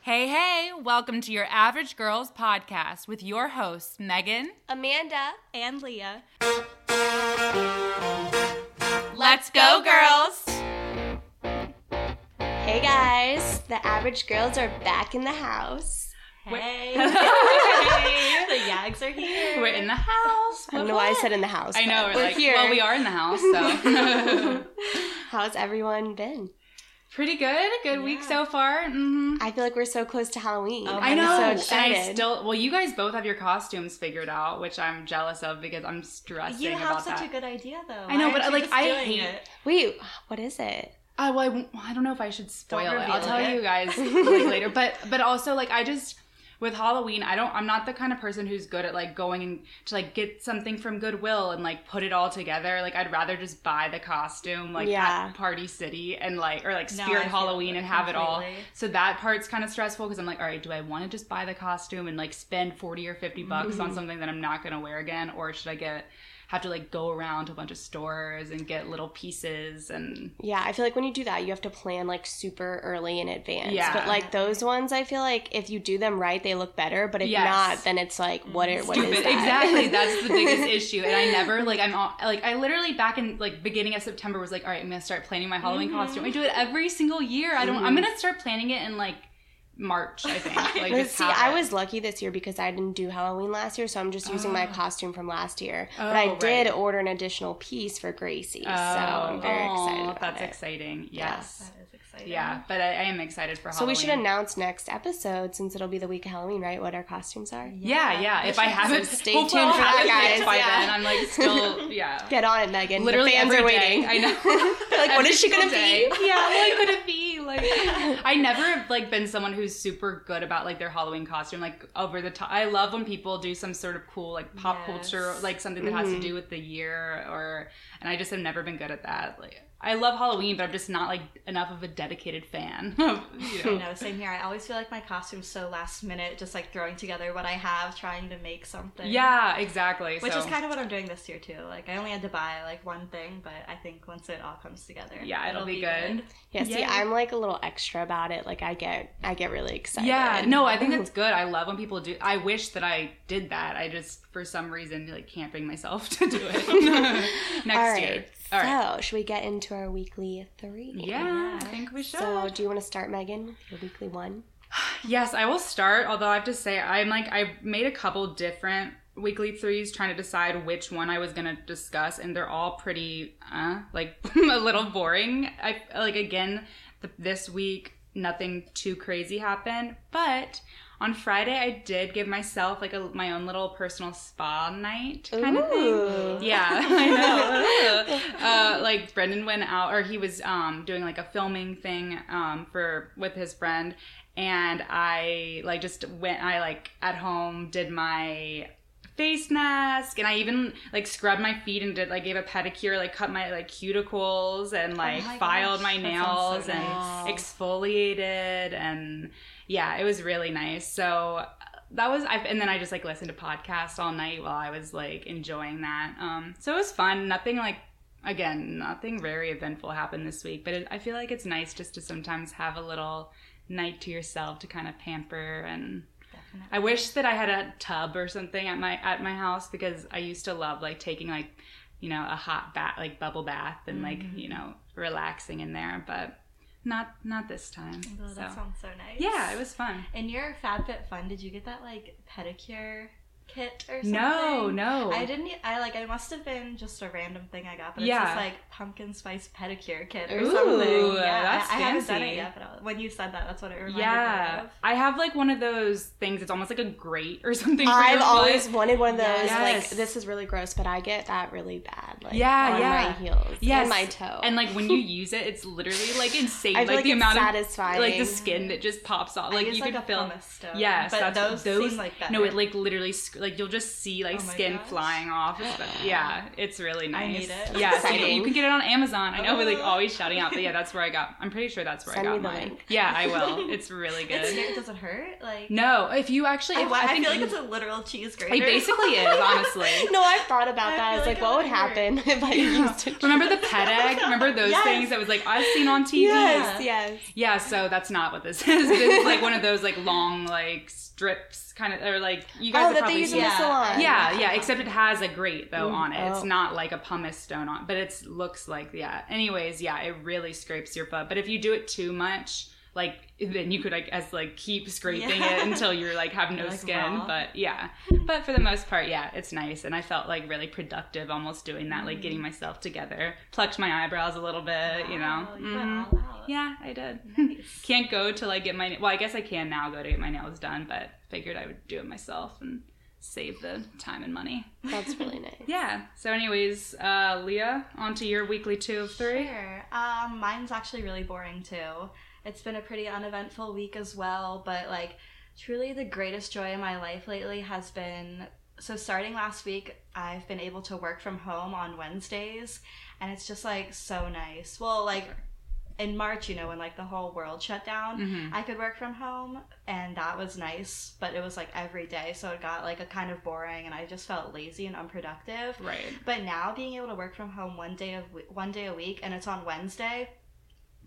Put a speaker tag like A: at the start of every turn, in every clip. A: Hey, hey, welcome to your Average Girls podcast with your hosts, Megan.
B: Amanda.
C: and Leah.
A: Let's go, girls!
B: Hey guys, the average girls are back in the house.
C: Hey.
A: Hey.
C: the Yags are here.
A: We're in the house.
B: I don't know why I said in the house.
A: I know,
B: but
A: we're,
B: we're
A: like,
B: here.
A: well, we are in the house, so.
B: How's everyone been?
A: Pretty good. Good week
C: Yeah.
A: so far. hmm
B: I feel like we're so close to Halloween.
C: Oh,
A: I
B: I'm
A: know.
B: So
A: and
B: excited.
A: I still, well, you guys both have your costumes figured out, which I'm jealous of because I'm stressing
C: You have
A: about
C: such
A: that.
C: a good idea, though.
A: I know,
C: Why
A: but,
C: aren't you
A: like,
C: just
A: I
C: doing
A: hate-
C: it?
B: Wait, what is it?
A: I Uh, well, I, won't- I don't know if I should spoil it. I'll
C: reveal
A: tell
C: it.
A: you guys like, later. But but also like I just with Halloween, I don't. I'm not the kind of person who's good at like going and to like get something from Goodwill and like put it all together. Like I'd rather just buy the costume like
B: Yeah.
A: at Party City and like or like
C: No, I
A: Spirit
C: feel
A: Halloween
C: it
A: and have it all.
C: completely.
A: So that part's kind of stressful because I'm like, all right, do I want to just buy the costume and like spend forty or fifty bucks on something that I'm not gonna wear again, or should I get have to like go around to a bunch of stores and get little pieces and
B: Yeah, I feel like when you do that, you have to plan like super early in advance.
A: Yeah.
B: But like those ones, I feel like if you do them right, they look better. But if
A: Yes.
B: not, then it's like, what? Are, what is
A: stupid.
B: that?
A: Exactly. That's the biggest issue. And I never like I'm all, like I literally back in like beginning of September was like, all right, I'm gonna start planning my Halloween
B: Mm-hmm.
A: costume. I do it every single year. I don't. I'm gonna start planning it in like March. I think. Like,
B: But
A: just
B: see,
A: have
B: I
A: it.
B: was lucky this year because I didn't do Halloween last year, so I'm just using my costume from last year. but
A: Ah. Oh,
B: I
A: right.
B: did order an additional piece for Gracie, so I'm very
A: Oh,
B: excited about
A: That's
B: it.
A: exciting.
B: Yeah.
A: Yes.
C: That is exciting.
A: Yeah, but I, I am excited for Halloween.
B: so we should announce next episode since it'll be the week of Halloween, right? What our costumes are.
A: Yeah, yeah. If I haven't,
B: So stay
A: hopefully I'll
B: tuned for
A: have
B: that,
A: it picked
B: guys.
A: By
B: Yeah.
A: then, I'm like still, yeah.
B: Get on it, Megan.
A: Literally
B: the fans
A: every
B: are
A: day.
B: waiting.
A: I know.
B: Like, what
A: Every
B: is she gonna
A: single day.
B: be?
A: Yeah, what could it be? Like, I never have like been someone who's super good about like their Halloween costume. Like over the top. I love when people do some sort of cool like pop
C: Yes.
A: culture, like something that has to
B: Mm-hmm.
A: do with the year, or and I just have never been good at that. Like. I love Halloween, but I'm just not like enough of a dedicated fan. of, you
C: I
A: know.
C: know, same here. I always feel like my costume's so last minute, just like throwing together what I have, trying to make something.
A: Yeah, exactly.
C: Which
A: so.
C: is kind of what I'm doing this year too. Like I only had to buy like one thing, but I think once it all comes together,
A: Yeah, it'll be good.
B: Yeah, see,
A: Yay.
B: I'm like a little extra about it. Like I get, I get really excited.
A: Yeah, no, I think that's good. I love when people do. I wish that I did that. I just, for some reason, like can't bring myself to do it next
B: All right.
A: year. All right.
B: So, should we get into our weekly three?
A: yeah, I think we should.
B: So, do you want to start, Megan? Your weekly one.
A: yes, I will start. Although I have to say, I'm like I made a couple different weekly threes trying to decide which one I was gonna discuss, and they're all pretty uh, like a little boring. I like again the, this week nothing too crazy happened, but on Friday I did give myself like a, my own little personal spa night kind of thing.
B: Ooh.
A: Yeah, I know. uh, like Brendan went out, or he was um, doing like a filming thing um, for with his friend, and I like just went. I like at home did my face mask, and I even like scrubbed my feet and did like gave a pedicure, like cut my like cuticles, and like
C: Oh my
A: filed
C: gosh,
A: my
C: that
A: nails
C: sounds so
A: and
C: nice.
A: exfoliated, and yeah, it was really nice. So uh, that was I, and then I just like listened to podcasts all night while I was like enjoying that. Um, so it was fun. Nothing like again, nothing very eventful happened this week, but it, I feel like it's nice just to sometimes have a little night to yourself to kind of pamper and. I wish that I had a tub or something at my at my house because I used to love like taking like you know a hot bath like bubble bath and like
C: Mm-hmm.
A: you know relaxing in there, but not not this time.
C: Oh, that
A: So,
C: sounds so nice.
A: yeah, it was fun.
C: In your FabFitFun, did you get that like pedicure kit or something?
A: No, no.
C: I didn't. e- I like. I must have been just a random thing I got, but
A: Yeah.
C: it's just like pumpkin spice pedicure kit or
A: Ooh,
C: something.
A: that's
C: I, I haven't done
A: fancy.
C: it yet, but I- when you said that, that's what it reminded me
A: Yeah,
C: of.
A: I have like one of those things. It's almost like a grate or something. for your
B: I've
A: foot.
B: always wanted one of those.
A: Yes.
B: Like this is really gross, but I get that really bad. Like
A: Yeah,
B: on
A: yeah.
B: my heels,
A: Yes.
B: and my toe,
A: and like when you use it, it's literally like insane.
B: I
A: Like,
B: feel like
A: the
B: it's
A: amount
B: satisfying.
A: of like the skin that just pops off.
C: I
A: Like
C: used,
A: you
C: like
A: could
C: a
A: feel.
C: pumice stone.
A: Yes,
C: but
A: that's-
C: those,
A: those
C: seem like better.
A: No, it like literally sc- like you'll just see like
C: Oh my
A: skin
C: gosh.
A: flying off. It's- yeah, it's really
C: I
A: nice.
C: need it.
A: Yeah, so you-
B: Exciting.
A: you can get it on Amazon. I know we're like
C: Oh.
A: always shouting out, but yeah, that's where I got. I'm pretty sure that's where
B: Send
A: I
B: me
A: got
B: the
A: mine.
B: link.
A: Yeah, I will. It's really good.
C: It's it doesn't hurt. Like
A: No, if you actually,
C: I,
A: if,
C: wa- I
A: think
C: feel like
A: you-
C: it's a literal cheese grater.
A: it basically is honestly.
B: No, I've thought about
C: I
B: that. I
C: feel
B: was like,
C: like it
B: what would
C: would
B: happen if I used it?
A: Remember the pet egg? Remember those
C: Yes.
A: things that was like I've seen on TV.
B: Yes, yes.
A: Yeah, so that's not what this is. This is like one of those like long like strips kind of or like you guys
B: Oh,
A: have
B: that
A: probably
B: they use in
A: seen-
B: the
C: Yeah.
B: salon.
A: Yeah,
C: Yeah.
A: yeah, except it has a grate though
B: Mm,
A: on it. It's
B: oh.
A: not like a pumice stone on, but it's looks like yeah. Anyways, yeah, it really scrapes your butt. But if you do it too much, like then you could like as like keep scraping
C: Yeah.
A: it until you're like have no
C: Like
A: skin.
C: raw.
A: But yeah, but for the most part, yeah, it's nice. And I felt like really productive almost doing that, like
C: Mm.
A: getting myself together, plucked my eyebrows a little bit, you know.
C: Wow, Oh, you
A: Mhm.
C: went all out.
A: Yeah, I did.
C: Nice.
A: Can't go to like get my well, I guess I can now go to get my nails done, but figured I would do it myself and save the time and money.
B: That's really nice.
A: Yeah. So, anyways, uh, Leah, on to your weekly two of three.
C: Sure. Um, mine's actually really boring too. It's been a pretty uneventful week as well, but like truly the greatest joy in my life lately has been so starting last week, I've been able to work from home on Wednesdays, and it's just like so nice. Well, like in March, you know, when like the whole world shut down,
A: Mm-hmm.
C: I could work from home, and that was nice, but it was like every day, so it got like a kind of boring, and I just felt lazy and unproductive.
A: Right.
C: But now being able to work from home one day of one day a week and it's on Wednesday,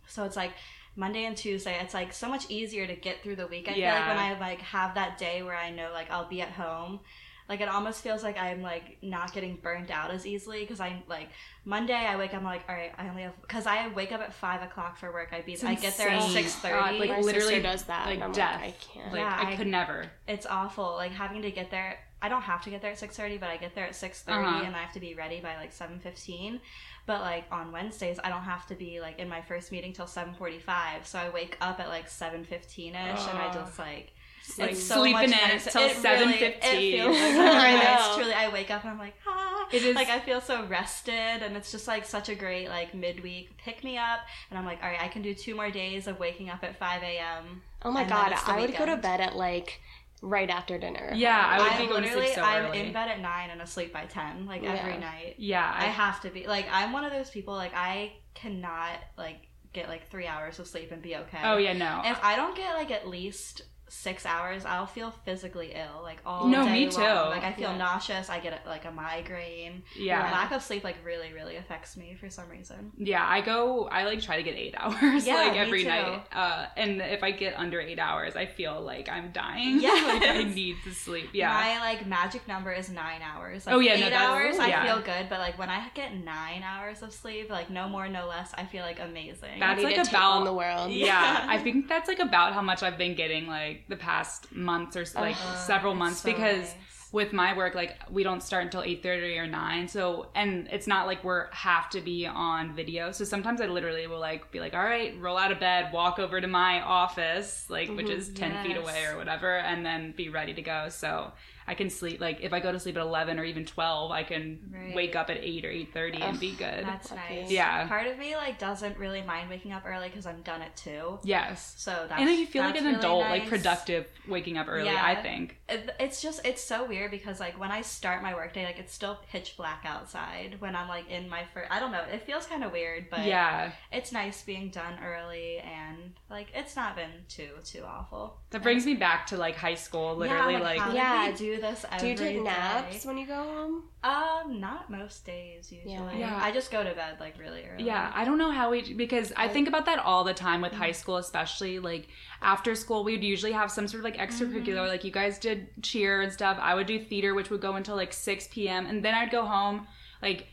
C: so it's like Monday and Tuesday. It's like so much easier to get through the week. I feel
A: Yeah.
C: like when I like have that day where I know like I'll be at home, like it almost feels like I'm like not getting burnt out as easily because I like Monday I wake up I'm like all right I only have because I wake up at five o'clock for work. I be
A: It's
C: I get there at
A: insane.
C: six
A: God,
C: thirty.
A: like,
B: My
A: literally,
B: sister does that.
A: like
B: and I'm
A: death.
B: Like, I can't.
A: Like
C: Yeah,
A: I,
C: I-
A: could never.
C: it's awful like having to get there i don't have to get there at 6.30 but i get there at 6.30
A: Uh-huh.
C: and i have to be ready by like 7.15 but like on wednesdays i don't have to be like in my first meeting till 7.45 so i wake up at like 7.15ish and i
A: Ugh.
C: just like
A: It's like
C: it's so
A: sleeping
C: much
A: in
C: nicer.
A: until
C: It
A: seven
C: really-
A: fifteen.
C: it feels so
B: I
C: nice.
B: know.
C: truly i wake up and i'm like ah
A: It is.
C: like I feel so rested, and it's just like such a great like midweek pick me up, and I'm like, all right, I can do two more days of waking up at 5 a.m.
B: Oh my
C: And then
B: god,
C: it's the
B: I would go to
C: weekend.
B: bed at like right after dinner.
A: Yeah, I would
C: I'm
A: be going to sleep
C: literally
A: so
C: I'm
A: early.
C: in bed at nine and asleep by ten, like
B: Yeah.
C: every night.
A: yeah.
C: I have to be like I'm one of those people like I cannot like get like three hours of sleep and be okay.
A: oh yeah. No.
C: If I don't get like at least six hours, I'll feel physically ill like all
A: No,
C: day
A: me
C: long.
A: too.
C: Like I feel
B: Yeah.
C: nauseous. I get like a migraine.
A: yeah.
C: Lack of sleep like really really affects me for some reason.
A: Yeah, I go. I like try to get eight hours,
C: Yeah,
A: like
C: me
A: every
C: too.
A: night. Uh, and if I get under eight hours, I feel like I'm dying.
C: Yes.
A: like I need to sleep. Yeah,
C: My like magic number is nine hours. Like,
A: Oh, yeah,
C: eight
A: no, that's-
C: hours.
A: yeah.
C: I feel good, but like when I get nine hours of sleep, like no more, no less, I feel like amazing.
A: That's
B: I need
A: like
B: to
A: a
B: take
A: bowel-
B: on the world.
C: Yeah.
A: yeah. I think that's like about how much I've been getting like the past month or s- like
B: Uh-huh.
A: several
C: It's
A: months
C: so
A: because
C: nice.
A: with my work like we don't start until 8.30 or 9 so and it's not like we're have to be on video so sometimes i literally will like be like all right roll out of bed walk over to my office like which
B: Mhm.
A: is 10 feet
C: Mm-hmm. Yes.
A: away or whatever and then be ready to go so i can sleep like if i go to sleep at 11 or even 12 i can
C: Right.
A: wake up at 8 or 8.30 and
B: Ugh,
A: be good
C: that's
B: Lucky.
C: nice.
A: Yeah.
C: Part of me like doesn't really mind waking up early because I'm done at two.
A: yes
C: So that's
A: and then you feel like
C: that's
A: an
C: really
A: adult like
C: nice.
A: productive waking up early
C: Yeah.
A: i think
C: It- It's just it's so weird because like when I start my workday, like it's still pitch black outside when I'm like in my first. I don't know. It feels kind of weird, but
A: yeah
C: it's nice being done early and like it's not been too too awful.
A: that brings me back to like high school literally
C: yeah, I'm
A: like
C: how did
B: Yeah.
C: we do this. Every
B: Do you take
C: day?
B: naps when you go home?
C: Um, not most days usually.
A: Yeah.
C: I just go to bed like really early.
A: Yeah, I don't know how we because I
B: I-
A: think about that all the time with high school, especially like after school, we'd usually have some sort of like extracurricular.
C: Mm-hmm.
A: Like you guys did cheer and stuff. I would do theater, which would go until like six p.m. and then I'd go home like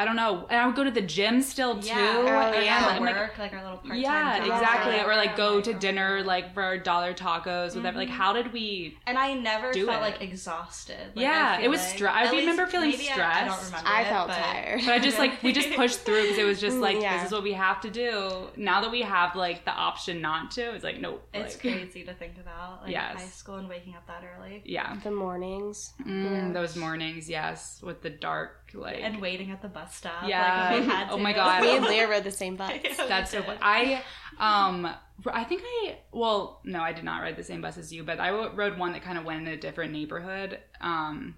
A: I don't know, and I would go to the gym still too.
C: Yeah,
B: Oh,
C: or, like,
A: and,
B: yeah.
C: at
A: I'm, like,
C: work, like our little part-time
A: yeah,
C: jobs.
A: exactly.
B: Yeah.
A: Or like
C: Oh
A: go
C: my
A: to
C: God.
A: dinner like for our dollar tacos, whatever. Like
C: Mhm.
A: how did we?
C: And I never
A: Do
C: felt
A: it.
C: like exhausted. Like,
A: Yeah,
C: I feel
A: it was
C: like-
A: stra- I
C: at
A: do
C: least-
A: remember feeling
C: maybe I, I don't
A: stressed.
C: remember
B: I
C: it,
B: felt
C: but-
B: tired.
A: But I just like we just pushed through because it was just like
B: Yeah.
A: this is what we have to do. Now that we have like the option not to, it's like nope.
C: It's
A: like-
C: crazy to think about, like
A: Yes.
C: high school and waking up that early
A: Yeah.
B: The mornings.
A: Mm,
B: Yeah.
A: Those mornings, yes, with the dark, like
C: and waiting at the bus stop.
A: Yeah.
C: Like, if I had
A: Oh
C: to.
A: my God.
B: Me and Leah rode the same bus.
C: Yeah, we
A: That's so.
C: did.
A: fu- I um I think I well no I did not ride the same bus as you but I w- rode one that kind of went in a different neighborhood um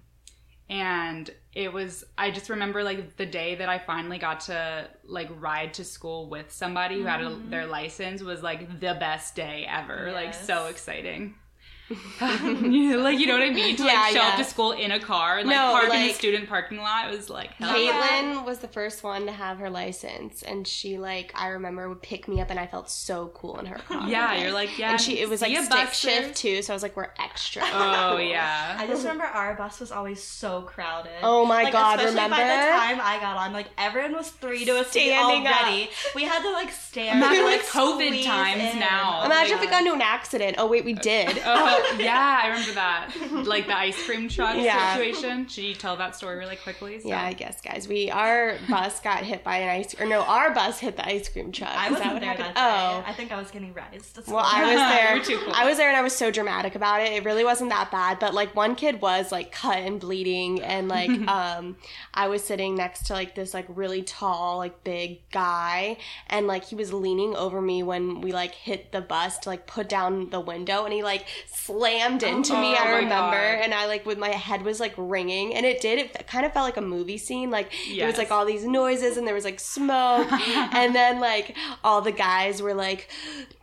A: and it was I just remember like the day that I finally got to like ride to school with somebody who had a,
C: Mhm.
A: their license was like the best day ever like so
C: Yes.
A: exciting. Yeah, like you know what I mean? To
B: Yeah,
A: like show
B: yeah.
A: up to school in a car, and, like
B: No,
A: park in the
B: like-
A: student parking lot. It was like hell.
C: Kate-
B: Caitlin was the first one to have her license, and she like I remember would pick me up, and I felt so cool in her car.
A: yeah, you're like yeah.
B: and she it was
A: see
B: like
A: ya,
B: stick
A: buster.
B: shift too, so I was like we're extra.
A: Oh yeah.
C: I just remember our bus was always so crowded.
B: Oh my
C: Like,
B: god!
C: especially
B: Remember?
C: by the time I got on, like everyone was three to a seat
B: Standing up.
C: already. We had to like stand.
A: Imagine,
C: and,
A: like, COVID
C: squeeze
A: times
C: in.
A: now.
C: Oh my
B: Imagine if we
C: God.
B: got into an accident. Oh wait, we did.
A: Oh yeah, I remember that. Like the ice cream truck
B: Yeah.
A: situation. Should you tell that story really quickly? So-
B: Yeah, I guess, guys. We our bus got hit by an ice or no, our bus hit the ice cream truck.
C: I
B: Is that
C: wasn't
B: what
C: there
B: happened?
C: that
B: Oh,
C: day. I think I was getting raised. That's
B: Well,
C: all.
B: I was there.
A: You're too cool.
B: I was there and I was so dramatic about it. It really wasn't that bad, but like one kid was like cut and bleeding and like um I was sitting next to like this like really tall, like big guy and like he was leaning over me when we like hit the bus to like put down the window and he like slammed into me,
A: Oh
B: I
A: my
B: remember,
A: God.
B: and I like with my head was like ringing and it did it kind of felt like a movie scene like it
A: Yes.
B: was like all these noises and there was like smoke and then like all the guys were like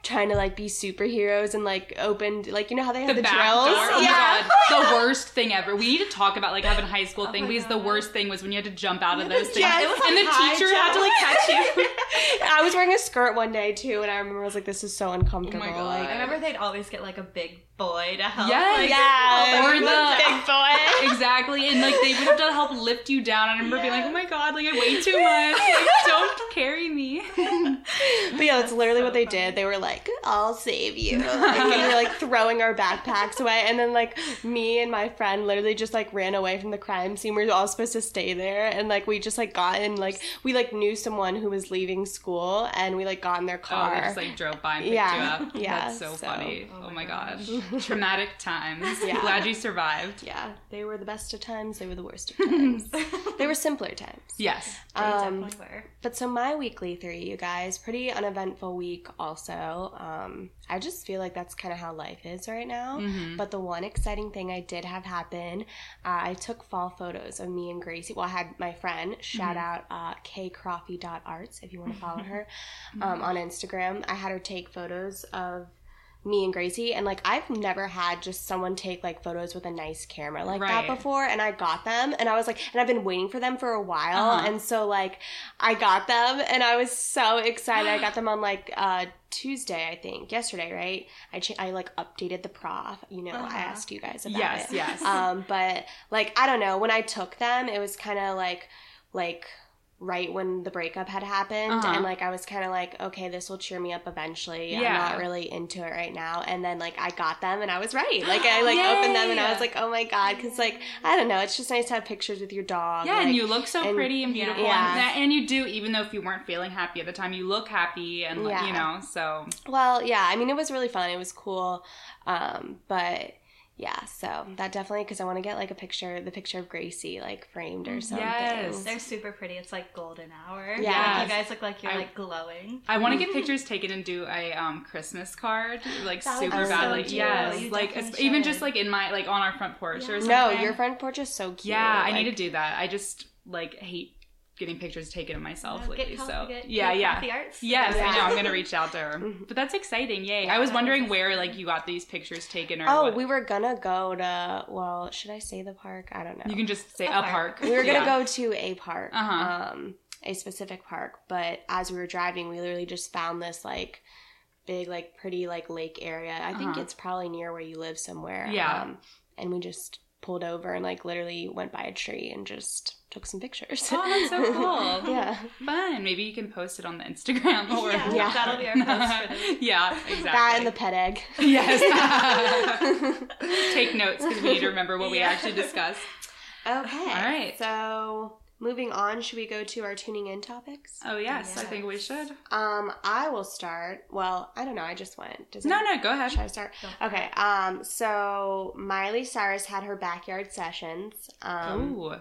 B: trying to like be superheroes and like opened like you know how they
A: the,
B: have the,
A: back
B: drills
A: door. Oh
B: yeah
A: my god. The worst thing ever. We need to talk about like having high school
C: Oh
A: thing
C: my
A: because the
C: God.
A: worst thing was when you had to jump out of those things.
B: Yes. It
C: was,
A: and
C: like,
A: the
C: high
A: teacher had to like catch you.
B: I was wearing a skirt one day too and I remember I was like this is
A: Oh
B: so uncomfortable
A: God.
B: like
C: I remember they'd always get like a big boy to help.
A: Yes.
C: like,
B: yeah
A: Or the-
B: big boy
A: exactly. And like they would have to help lift you down. I remember being like, Oh my god, like I weigh too much. Like, don't carry me.
B: but yeah that's literally
C: so
B: what they
C: funny.
B: did they were like I'll save you and they were like throwing our backpacks away and then like me and my friend literally just like ran away from the crime scene we were all supposed to stay there and like we just like got in like we like knew someone who was leaving school and we like got in their
A: Oh,
B: car
A: they just like drove by and picked
B: Yeah.
A: you up.
B: Yeah,
A: That's so,
B: so-
A: funny.
C: Oh
A: Oh
C: my
A: my gosh.
C: gosh.
A: Traumatic times.
B: Yeah.
A: Glad you survived.
B: Yeah, they were the best of times. They were the worst of times. they were simpler times.
A: Yes.
C: They
B: Um,
C: definitely were.
B: But so my weekly three, you guys, pretty uneventful week. Also, um, I just feel like that's kind of how life is right now.
A: Mhm.
B: But the one exciting thing I did have happen, uh, I took fall photos of me and Gracie. Well, I had my friend,
A: Mm-hmm.
B: shout out uh, kcroffy.arts if you want to follow her
A: Mm-hmm.
B: um, on Instagram. I had her take photos of me and Gracie. And like, I've never had just someone take like photos with a nice camera like
A: Right.
B: that before. And I got them and I was like, and I've been waiting for them for a while.
A: Uh-huh.
B: And so, like, I got them and I was so excited. I got them on like, uh, Tuesday, I think, yesterday, right? I cha- I like updated the prof. You know,
C: Uh-huh.
B: I asked you guys about
A: Yes,
B: it.
A: yes.
B: Um, but like I don't know, when I took them, it was kind of like like right when the breakup had happened
A: Uh-huh.
B: and like I was kind of like okay this will cheer me up eventually I'm
A: Yeah.
B: not really into it right now and then like I got them and I was right like I like opened them and I was
A: Yay!
B: like oh my god cuz like I don't know it's just nice to have pictures with your dog
A: Yeah, and
B: like-
A: you look so
B: and-
A: pretty and beautiful,
B: Yeah.
A: and, that, and you do. Even though if you weren't feeling happy at the time, you look happy, and like, you
B: Yeah.
A: know, so
B: Well, yeah, I mean, it was really fun. It was cool. Um, but yeah, so that definitely, because I want to get like a picture, the picture of Gracie like framed or
A: Mm,
C: Yes.
B: something.
C: They're super pretty. It's like golden hour.
B: Yeah.
C: Like, you guys look like you're
A: I-
C: like glowing.
A: I want to
B: Mm-hmm.
A: get pictures taken and do a um, Christmas card, like
C: That would
A: super
B: be so
A: badly.
B: cute.
A: yes,
C: You
A: like
C: definitely
A: es- even
C: should.
A: just like in my like on our front porch
C: Yeah.
A: or something.
B: No, your front porch is so cute.
A: Yeah, I need
B: Like,
A: to do that. I just like hate getting pictures taken of myself
C: You know,
A: lately.
C: coffee-
A: So
C: get-
A: yeah,
C: get
A: yeah.
C: coffee arts.
A: Yes,
B: Yeah.
A: I know. I'm gonna reach out to her.
B: Mhm.
A: But that's exciting! Yay!
C: Yeah,
A: I was
C: that
A: wondering
C: is
A: where
C: exciting.
A: like you got these pictures taken or.
B: Oh,
A: what-
B: we were gonna go to. Well, should I say the park? I don't know.
A: You can just say
C: A
A: a
C: park.
A: park.
B: we were gonna
A: Yeah.
B: go to a park,
A: Uh-huh.
B: um, a specific park, but as we were driving, we literally just found this like big, like pretty, like lake area. I think
A: Uh-huh.
B: it's probably near where you live somewhere.
A: Yeah.
B: Um, and we just pulled over and like literally went by a tree and just took some pictures.
A: Oh, that's so cool.
B: yeah,
A: Fun. Maybe you can post it on the Instagram or
C: Yeah,
B: Yeah.
C: that'll be our post for this.
A: yeah, exactly.
B: that and the pet egg.
A: yes. Take notes because we need to remember what we
C: Yeah.
A: actually discussed.
B: okay. All
A: right.
B: So moving on, should we go to our tuning in topics?
A: Oh yes, I think we
C: Yes.
A: should.
B: Um, I will start. Well, I don't know. I just went. Does
A: No,
B: it-
A: no, go ahead.
B: Should I start?
C: Go.
B: Okay. Um. So Miley Cyrus had her backyard sessions. Um,
A: Ooh,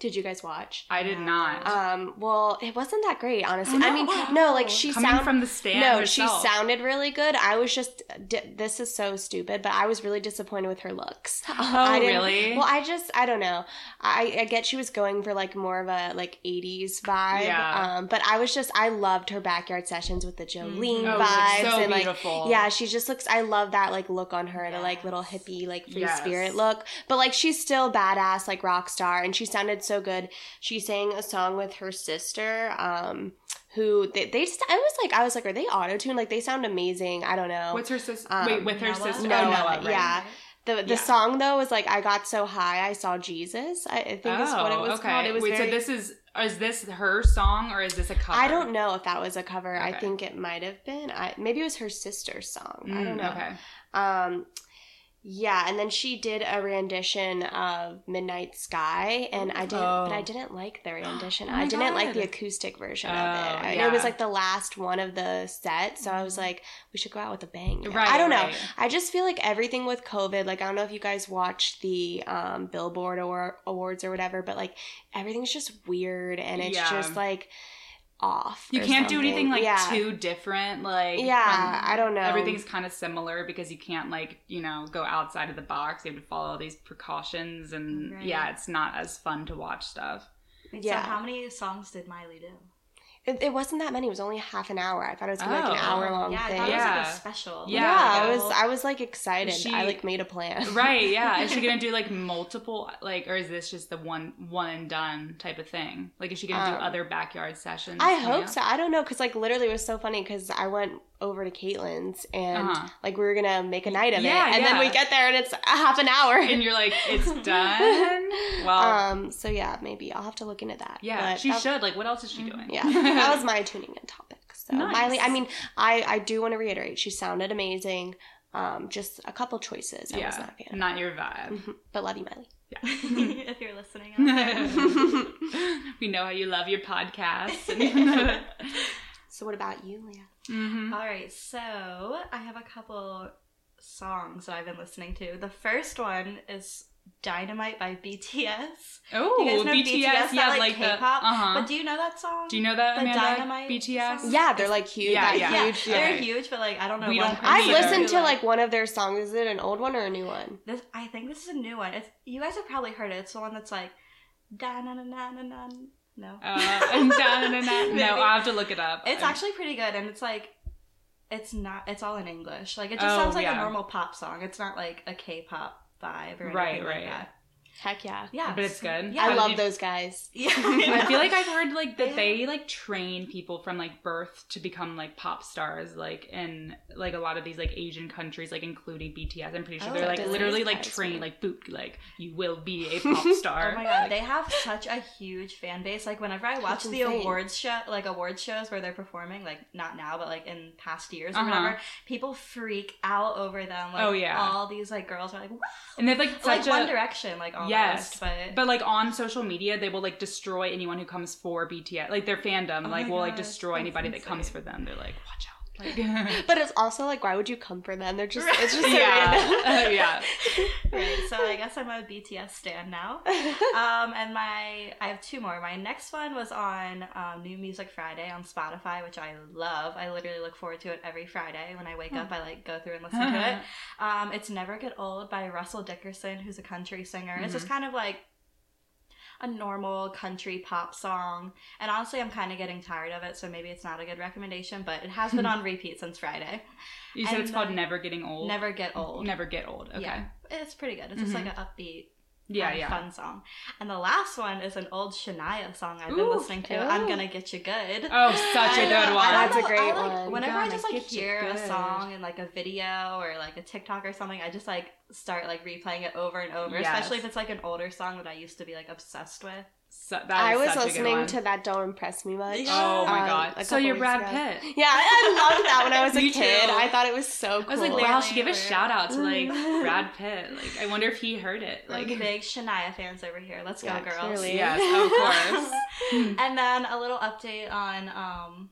B: Did you guys watch?
A: I did
C: No.
A: not.
B: Um, well, it wasn't that great, honestly. I mean,
C: No.
B: no, like she
A: Coming
B: sounded.
A: from the stand
B: No,
A: herself.
B: she sounded really good. I was just di- this is so stupid, but I was really disappointed with her looks. Oh, I didn't-
A: really?
B: Well, I just I don't know. I, I get she was going for like more of a like '80s vibe,
A: Yeah.
B: um, but I was just I loved her backyard sessions with the Jolene
A: Oh,
B: vibes
A: it's so
B: and like
A: beautiful.
B: yeah, she just looks. I love that like look on her, the like
C: Yes.
B: little hippie, like free
A: Yes.
B: spirit look. But like she's still badass, like rock star, and she sounded so good. She sang a song with her sister, um, who they, they just. I was like, I was like, are they auto tuned? Like they sound amazing. I don't know.
A: What's her sister?
B: Um,
A: Wait, with her
C: Noah?
A: sister?
B: No,
A: oh,
B: Noah,
A: Noah, right.
B: yeah. the the
A: yeah.
B: song though was like, I got so high, I saw Jesus. I, I think is what it was called. It was
A: Oh, Wait,
B: very-
A: so this is is this her song or is this a cover?
B: I don't know if that was a cover. I
A: Okay.
B: think it might have been. I, maybe it was her sister's song. I don't
A: Mm,
B: know.
A: Okay.
B: Um, yeah, and then she did a rendition of Midnight Sky, and I didn't, but
A: Oh.
B: I didn't like the rendition.
A: Oh my
B: I didn't like the
A: God.
B: acoustic version
A: Oh,
B: of it. And It
A: yeah. Mm-hmm.
B: was like the last one of the set, so I was like, we should go out with a bang. you know?
A: Right.
B: I don't know.
A: right.
B: I just feel like everything with COVID, like I don't know if you guys watched the um, Billboard or- awards or whatever, but like everything's just weird and it's
A: Yeah.
B: just like off.
A: You
B: or
A: can't do
B: something.
A: anything like
B: yeah.
A: too different. Like
B: Yeah,
A: from-
B: I don't know.
A: Everything's kind of similar because you can't like you know go outside of the box. You have to follow all these precautions, and
C: Right.
A: yeah, it's not as fun to watch stuff.
C: Wait,
B: Yeah.
C: So how many songs did Miley do?
B: It, it wasn't that many. It was only half an hour. I thought it was gonna be like
A: Oh.
B: an hour long
C: yeah, I
B: thing.
C: thought
A: Yeah.
C: it was like a special.
A: Yeah,
B: Yeah, I
A: like
B: was I was like excited.
A: She-
B: I like made a plan.
A: right? Yeah. Is she gonna do like multiple like, or is this just the one one and done type of thing? Like, is she gonna
B: Um,
A: do other backyard sessions?
B: I hope so. I don't know because like literally it was so funny because I went over to Caitlin's and
A: Uh-huh.
B: like we were gonna make a night of
A: Yeah,
B: it, and then
A: yeah.
B: we get there and it's a half an hour.
A: And you're like, it's done. Well,
C: Uh,
B: um. So yeah, maybe I'll have to look into that.
A: yeah,
B: But
A: she
B: that-
A: should. Like, what else is she
C: Mhm.
A: doing?
B: Yeah, that was my tuning in topic. So
A: Nice.
B: Miley, I mean, I I do want to reiterate, she sounded amazing. Um, just a couple choices I was
A: yeah,
B: not a fan.
A: not your vibe.
B: of. Mhm. But love you, Miley.
C: if you're listening. out there.
A: we know how you love your podcast. And-
B: So what about you, Leah?
A: Mhm.
C: All right, so I have a couple songs that I've been listening to. The first one is Dynamite by BTS.
A: Oh,
C: guys know
A: BTS,
C: BTS,
A: yeah,
C: that, like,
A: like, the
C: K-pop?
A: uh-huh.
C: But do you know that song?
A: Do you know that
C: the
A: Amanda?
C: Dynamite
A: BTS.
C: song?
B: Yeah, they're like huge.
A: Yeah,
B: that
A: yeah.
B: Huge.
A: Yeah.
C: They're
A: Okay.
C: huge, but like I don't know.
A: We
C: what
A: don't
B: I've
A: Me
B: listened
A: either.
B: to like one of their songs. Is it an old one or a new one?
C: This, I think this is a new one. It's you guys have probably heard it. It's the one that's like da na na na na na. No,
A: Uh, and da- da- da- da-
C: Maybe.
A: no, I'll have to look it up.
C: It's actually pretty good, and it's like, it's not. It's all in English. Like it just
A: Oh,
C: sounds like
A: yeah.
C: a normal pop song. It's not like a K-pop vibe or anything
A: Right,
C: like
A: right.
C: that.
B: Heck yeah.
C: Yeah,
A: but it's good.
C: Yeah.
A: How
B: I
A: did
B: love
A: you-
B: those guys.
C: Yeah,
A: I feel like I've heard like that
C: Yeah.
A: they like train people from like birth to become like pop stars, like in like a lot of these like Asian countries, like including BTS. I'm pretty sure
C: Oh,
A: they're like
C: doesn't
A: literally like
B: surprise
A: trained,
B: me.
A: like boot, like you will be a pop star.
C: Oh my god, they have such a huge fan base. Like whenever I watch the
B: insane.
C: awards show, like awards shows where they're performing, like not now, but like in past years or
A: Uh-huh.
C: whatever, people freak out over them. Like
A: Oh, yeah.
C: all these like girls are like, wow.
A: and they've like
C: like
A: such
C: One
A: a
C: Direction, like almost.
A: Yes,
C: but,
A: but like on social media, they will like destroy anyone who comes for BTS. Like their fandom,
C: Oh
A: like
C: my
A: will like
C: gosh,
A: destroy
C: that's
A: anybody that comes for
C: insane.
A: them. They're like, watch out. Like,
B: But it's also like, why would you come for them? They're just, it's just so
A: yeah, yeah.
C: right, so I guess I'm a BTS stan now.
B: random.
C: Um, and my I have two more. My next one was on um, New Music Friday on Spotify, which I love. I literally look forward to it every Friday when I wake up. I like go through and listen to it. Um, it's Never Get Old by Russell Dickerson, who's a country singer. It's
A: Mm-hmm.
C: just kind of like a normal country pop song. And honestly, I'm kind of getting tired of it, so maybe it's not a good recommendation, but it has been on repeat since Friday.
A: You said
C: And
A: it's called
C: then-
A: Never Getting Old.
C: Never Get Old.
A: Never get old. Okay.
C: Yeah.
A: Yeah,
C: It's pretty good. It's just like an upbeat,
A: yeah.
C: kind of fun song. And the last one is an old Shania song I've been
A: Ooh.
C: listening to. I'm
B: Ooh.
C: Gonna Get You Good.
A: Oh, such
C: I
A: a
C: know,
A: good
C: I
A: one.
B: That's a
C: know,
B: great
C: I like-
B: one.
C: Whenever I
A: Gonna
C: just like
A: get you
C: hear a
A: good.
C: song in like a video or like a TikTok or something, I just like start like replaying it over and over.
A: Yes.
C: Especially if it's like an older song that I used to be like obsessed with.
A: Su- that
B: I
A: is
B: was
A: such a good
B: listening
A: one.
B: to that Don't Impress Me Much.
C: Yeah.
A: Oh my
B: um,
A: god.
B: a
A: so
B: couple
A: you're
B: weeks
A: Brad
B: ago.
A: Pitt.
B: Yeah, I loved that when I was a
A: Me
B: kid.
A: too.
B: I thought it was so cool.
A: I was like,
C: Clearly,
A: wow, she gave a
C: we're-
A: shout out to like
C: Mm-hmm.
B: Mhm.
A: Brad Pitt. Like, I wonder if he heard it.
C: Like
A: Like,
C: big Shania fans over here. Let's
B: Yeah,
C: go, girls.
B: clearly.
A: yes, of course.
C: and then a little update on um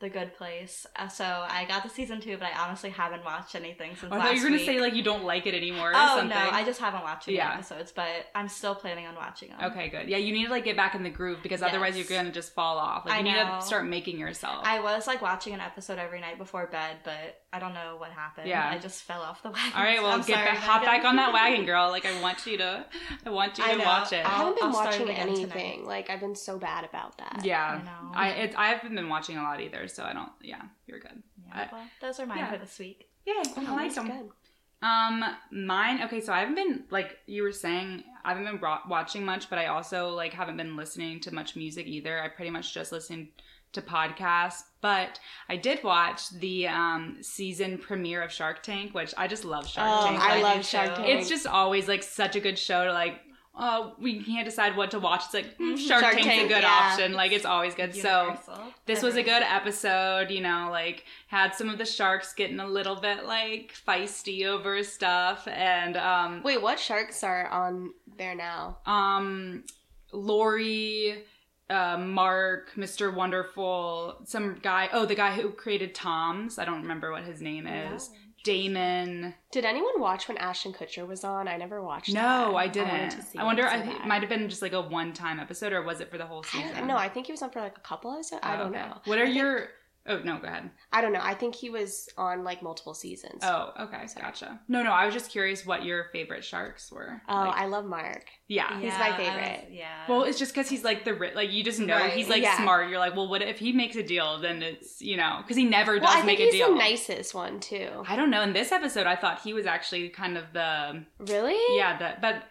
C: The Good Place. Uh, so I got to season two, but I honestly haven't watched anything since
A: Oh, I
C: last
A: thought you were gonna
C: week.
A: say like you don't like it anymore or
C: oh
A: something.
C: no, I just haven't watched any
A: Yeah.
C: episodes, but I'm still planning on watching them.
A: Okay, good. Yeah, you need to like get back in the groove because otherwise you're
C: Yes.
A: gonna just fall off. Like
C: I
A: you need
C: know.
A: to start making yourself.
C: I was like watching an episode every night before bed, but I don't know what happened.
A: Yeah.
C: I just fell off the wagon.
A: All right, well,
C: I'm
A: get
C: sorry,
A: back, hop
C: Megan.
A: back on that wagon, girl. Like I want you to, I want you
C: I
A: to
C: know.
A: watch it.
B: I haven't been
C: I'll start it
B: watching
C: again
B: anything.
C: tonight.
B: Like I've been so bad about that.
C: I
A: yeah,
C: know.
A: I it, I haven't been watching a lot either, so I don't. Yeah, you're good.
C: Yeah, well, those are mine
A: yeah.
C: for this week.
A: Yay,
B: Oh,
A: I like
B: that's
A: them.
B: good.
A: Um, mine. Okay, so I haven't been like you were saying. I haven't been bro- watching much, but I also like haven't been listening to much music either. I pretty much just listen to podcasts. But I did watch the um season premiere of Shark Tank, which I just love Shark
B: Oh,
A: Tank.
B: I
A: Like,
B: love
C: do
B: Shark
C: too.
B: Tank.
A: it's just always like such a good show to like. Oh, we can't decide what to watch. It's like mm, Shark,
B: Mm-hmm. Shark
A: Tank's
B: Tank,
A: a good
B: yeah.
A: option. Like it's always good. So
C: Universal.
A: this was a
B: Uh-huh.
C: Everything.
A: good episode, you know, like had some of the sharks getting a little bit like feisty over stuff and um
B: Wait, what sharks are on there now?
A: um Lori uh, Mark, Mr. Wonderful, some guy. Oh, the guy who created Tom's. I don't remember what his
B: Oh,
A: name is. Damon.
B: Did anyone watch when Ashton Kutcher was on? I never watched.
A: No,
B: that.
A: I
B: wanted
A: didn't.
B: to see
A: I, wonder.
B: it so
A: I think it
B: bad.
A: might have been just like a one-time episode, or was it for the whole
B: I
A: season?
B: don't know. I think he was on for like a couple episodes. I
A: Oh,
B: don't
A: okay.
B: know.
A: What are
B: I think-
A: your? Oh no, go ahead.
B: I don't know. I think he was on like multiple seasons.
A: Oh, okay,
B: Sorry.
A: gotcha. No, no, I was just curious what your favorite sharks were.
B: Oh,
A: Like-
B: I love Mark.
A: yeah.
B: He's my
C: I was-
B: favorite.
C: yeah.
A: Well, it's just because he's like the ri- like you just know
C: Right.
A: he's like
B: Yeah.
A: smart. You're like, well, what if he makes a deal? Then it's you know because he never does
B: Well, I
A: make
B: think he's
A: a deal.
B: the nicest one too.
A: I don't know. In this episode, I thought he was actually kind of the
B: Really?
A: yeah the but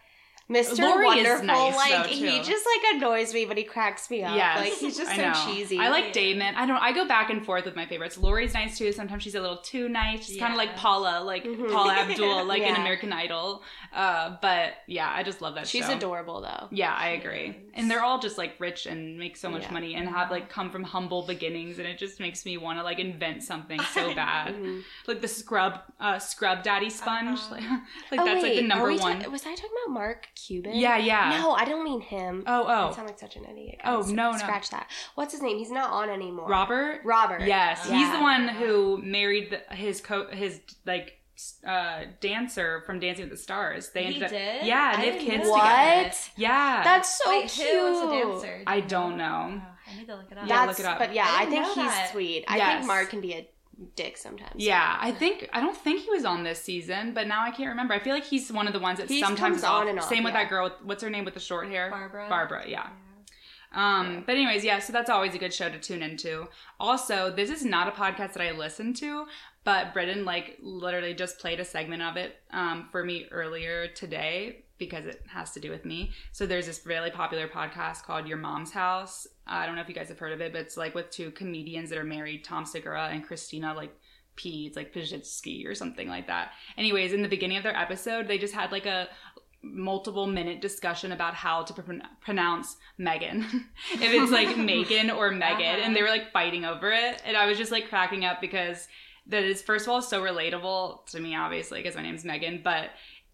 B: Mr.
A: Lori is
B: Wonderful,
A: nice, though,
B: like he
A: too.
B: just like annoys me, but he cracks me up.
A: Yes,
B: like he's just
A: I
B: so
A: know.
B: cheesy.
A: I like Damon. I don't. I go back and forth with my favorites. Lori's nice too. Sometimes she's a little too nice. She's kind
C: Yeah.
A: of like Paula, like
B: Mhm.
A: Paula Abdul, like in
B: Yeah.
A: American Idol. Uh, but yeah, I just love that.
B: She's
A: show.
B: adorable though.
A: Yeah, I
C: She
A: agree.
C: is.
A: And they're all just like rich and make so much
B: Yeah.
A: money and have like come from humble beginnings, and it just makes me want to like invent something so
C: I
A: bad.
B: Mhm.
A: Like the scrub, uh, scrub daddy sponge.
C: Uh-huh.
A: Like, that's like
B: Oh, wait,
A: the
B: are
A: number
B: we ta-
A: one.
B: was I talking about Mark Cuban?
A: yeah, yeah.
B: No, I don't mean him.
A: Oh,
B: I
A: oh,
B: sound like such an idiot.
A: Oh,
B: guys.
A: no, no.
B: Scratch that. What's his name? He's not on anymore.
A: Robert.
B: Robert.
A: Yes, he's
B: Yeah.
A: the one who married the, his co his like s- uh dancer from Dancing with the Stars. They
C: he
A: ended up,
C: did.
A: Yeah,
C: I
A: they have
C: didn't
A: kids
C: know
B: What?
A: together.
C: that.
A: Yeah,
B: That's so
C: Wait,
B: cute.
C: who was a dancer? Do
A: I
C: you
A: don't know.
C: Oh, I need to look it up.
A: Yeah,
B: That's,
A: look it up.
B: But yeah,
C: I
B: I,
C: didn't
B: think
C: know
B: he's
C: that.
B: sweet. I
A: Yes.
B: think Mark can be a dick sometimes.
A: Yeah, I think I don't think he was on this season, but now I can't remember. I feel like he's one of the ones that
B: He
A: sometimes
B: comes
A: is off.
B: on and off,
A: Same with
B: yeah.
A: that girl. With, what's her name with the short hair?
C: Barbara.
A: Barbara, yeah. Um,
B: Yeah.
A: But anyways, yeah. So that's always a good show to tune into. Also, this is not a podcast that I listen to, but Britain like literally just played a segment of it um, for me earlier today because it has to do with me. So there's this really popular podcast called Your Mom's House. I don't know if you guys have heard of it, but it's like with two comedians that are married, Tom Segura and Christina like P, it's like Pajitsky or something like that. Anyways, in the beginning of their episode, they just had like a multiple minute discussion about how to pr- pronounce Megan. if it's like Megan or Megan, and they were
C: Uh-huh.
A: like fighting over it. And I was just like cracking up because that is, first of all, so relatable to me, obviously, because my name's Megan, but.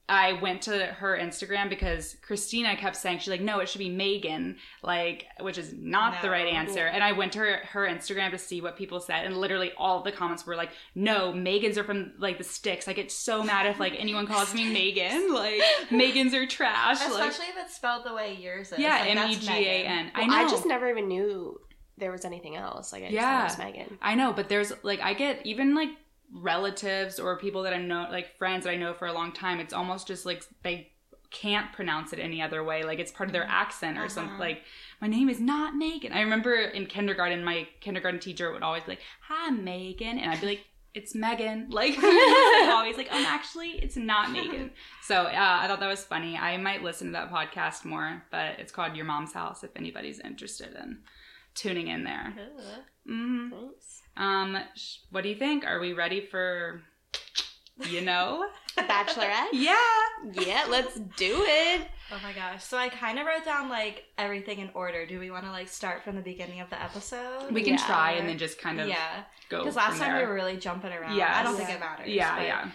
A: I went to her Instagram because Christina kept saying she's like, no, it should be Megan, like, which is not the right
C: No.
A: answer. And I went to her, her Instagram to see what people said, and literally all the comments were like, no, Megans are from like the sticks. I get so mad if like anyone calls me Megan. Like Megans are trash. like,
C: Especially if it's spelled the way yours is.
A: yeah,
C: Like,
A: M E
C: that's
A: G A N. I
B: Well,
A: know.
B: I just never even knew there was anything else. Like I just
A: Yeah.
B: thought it was Megan.
A: I know, but there's like I get even like relatives or people that I know, like friends that I know for a long time. It's almost just like they can't pronounce it any other way. Like it's part of their accent or something.
C: Uh-huh.
A: Like my name is not Megan. I remember in kindergarten, my kindergarten teacher would always be like, "Hi, Megan," and I'd be like. It's Megan. Like always, like um, actually, it's not Megan. So uh, I thought that was funny. I might listen to that podcast more, but it's called Your Mom's House. If anybody's interested in tuning in there,
C: Megan. Ugh.
A: hmm
B: Thanks.
A: um, sh- what do you think? Are we ready for, you know?
B: Bachelorette.
A: yeah.
B: yeah, let's do it.
C: Oh my gosh. So I kind of wrote down like everything in order. Do we want to like start from the beginning of the episode?
A: We can
B: Yeah.
A: try and then just kind of
C: yeah.
A: go.
C: Because last
A: from
C: time we
A: there.
C: were really jumping around.
A: Yes.
C: I don't think
B: Yeah.
C: it matters.
A: Yeah,
C: but
A: yeah.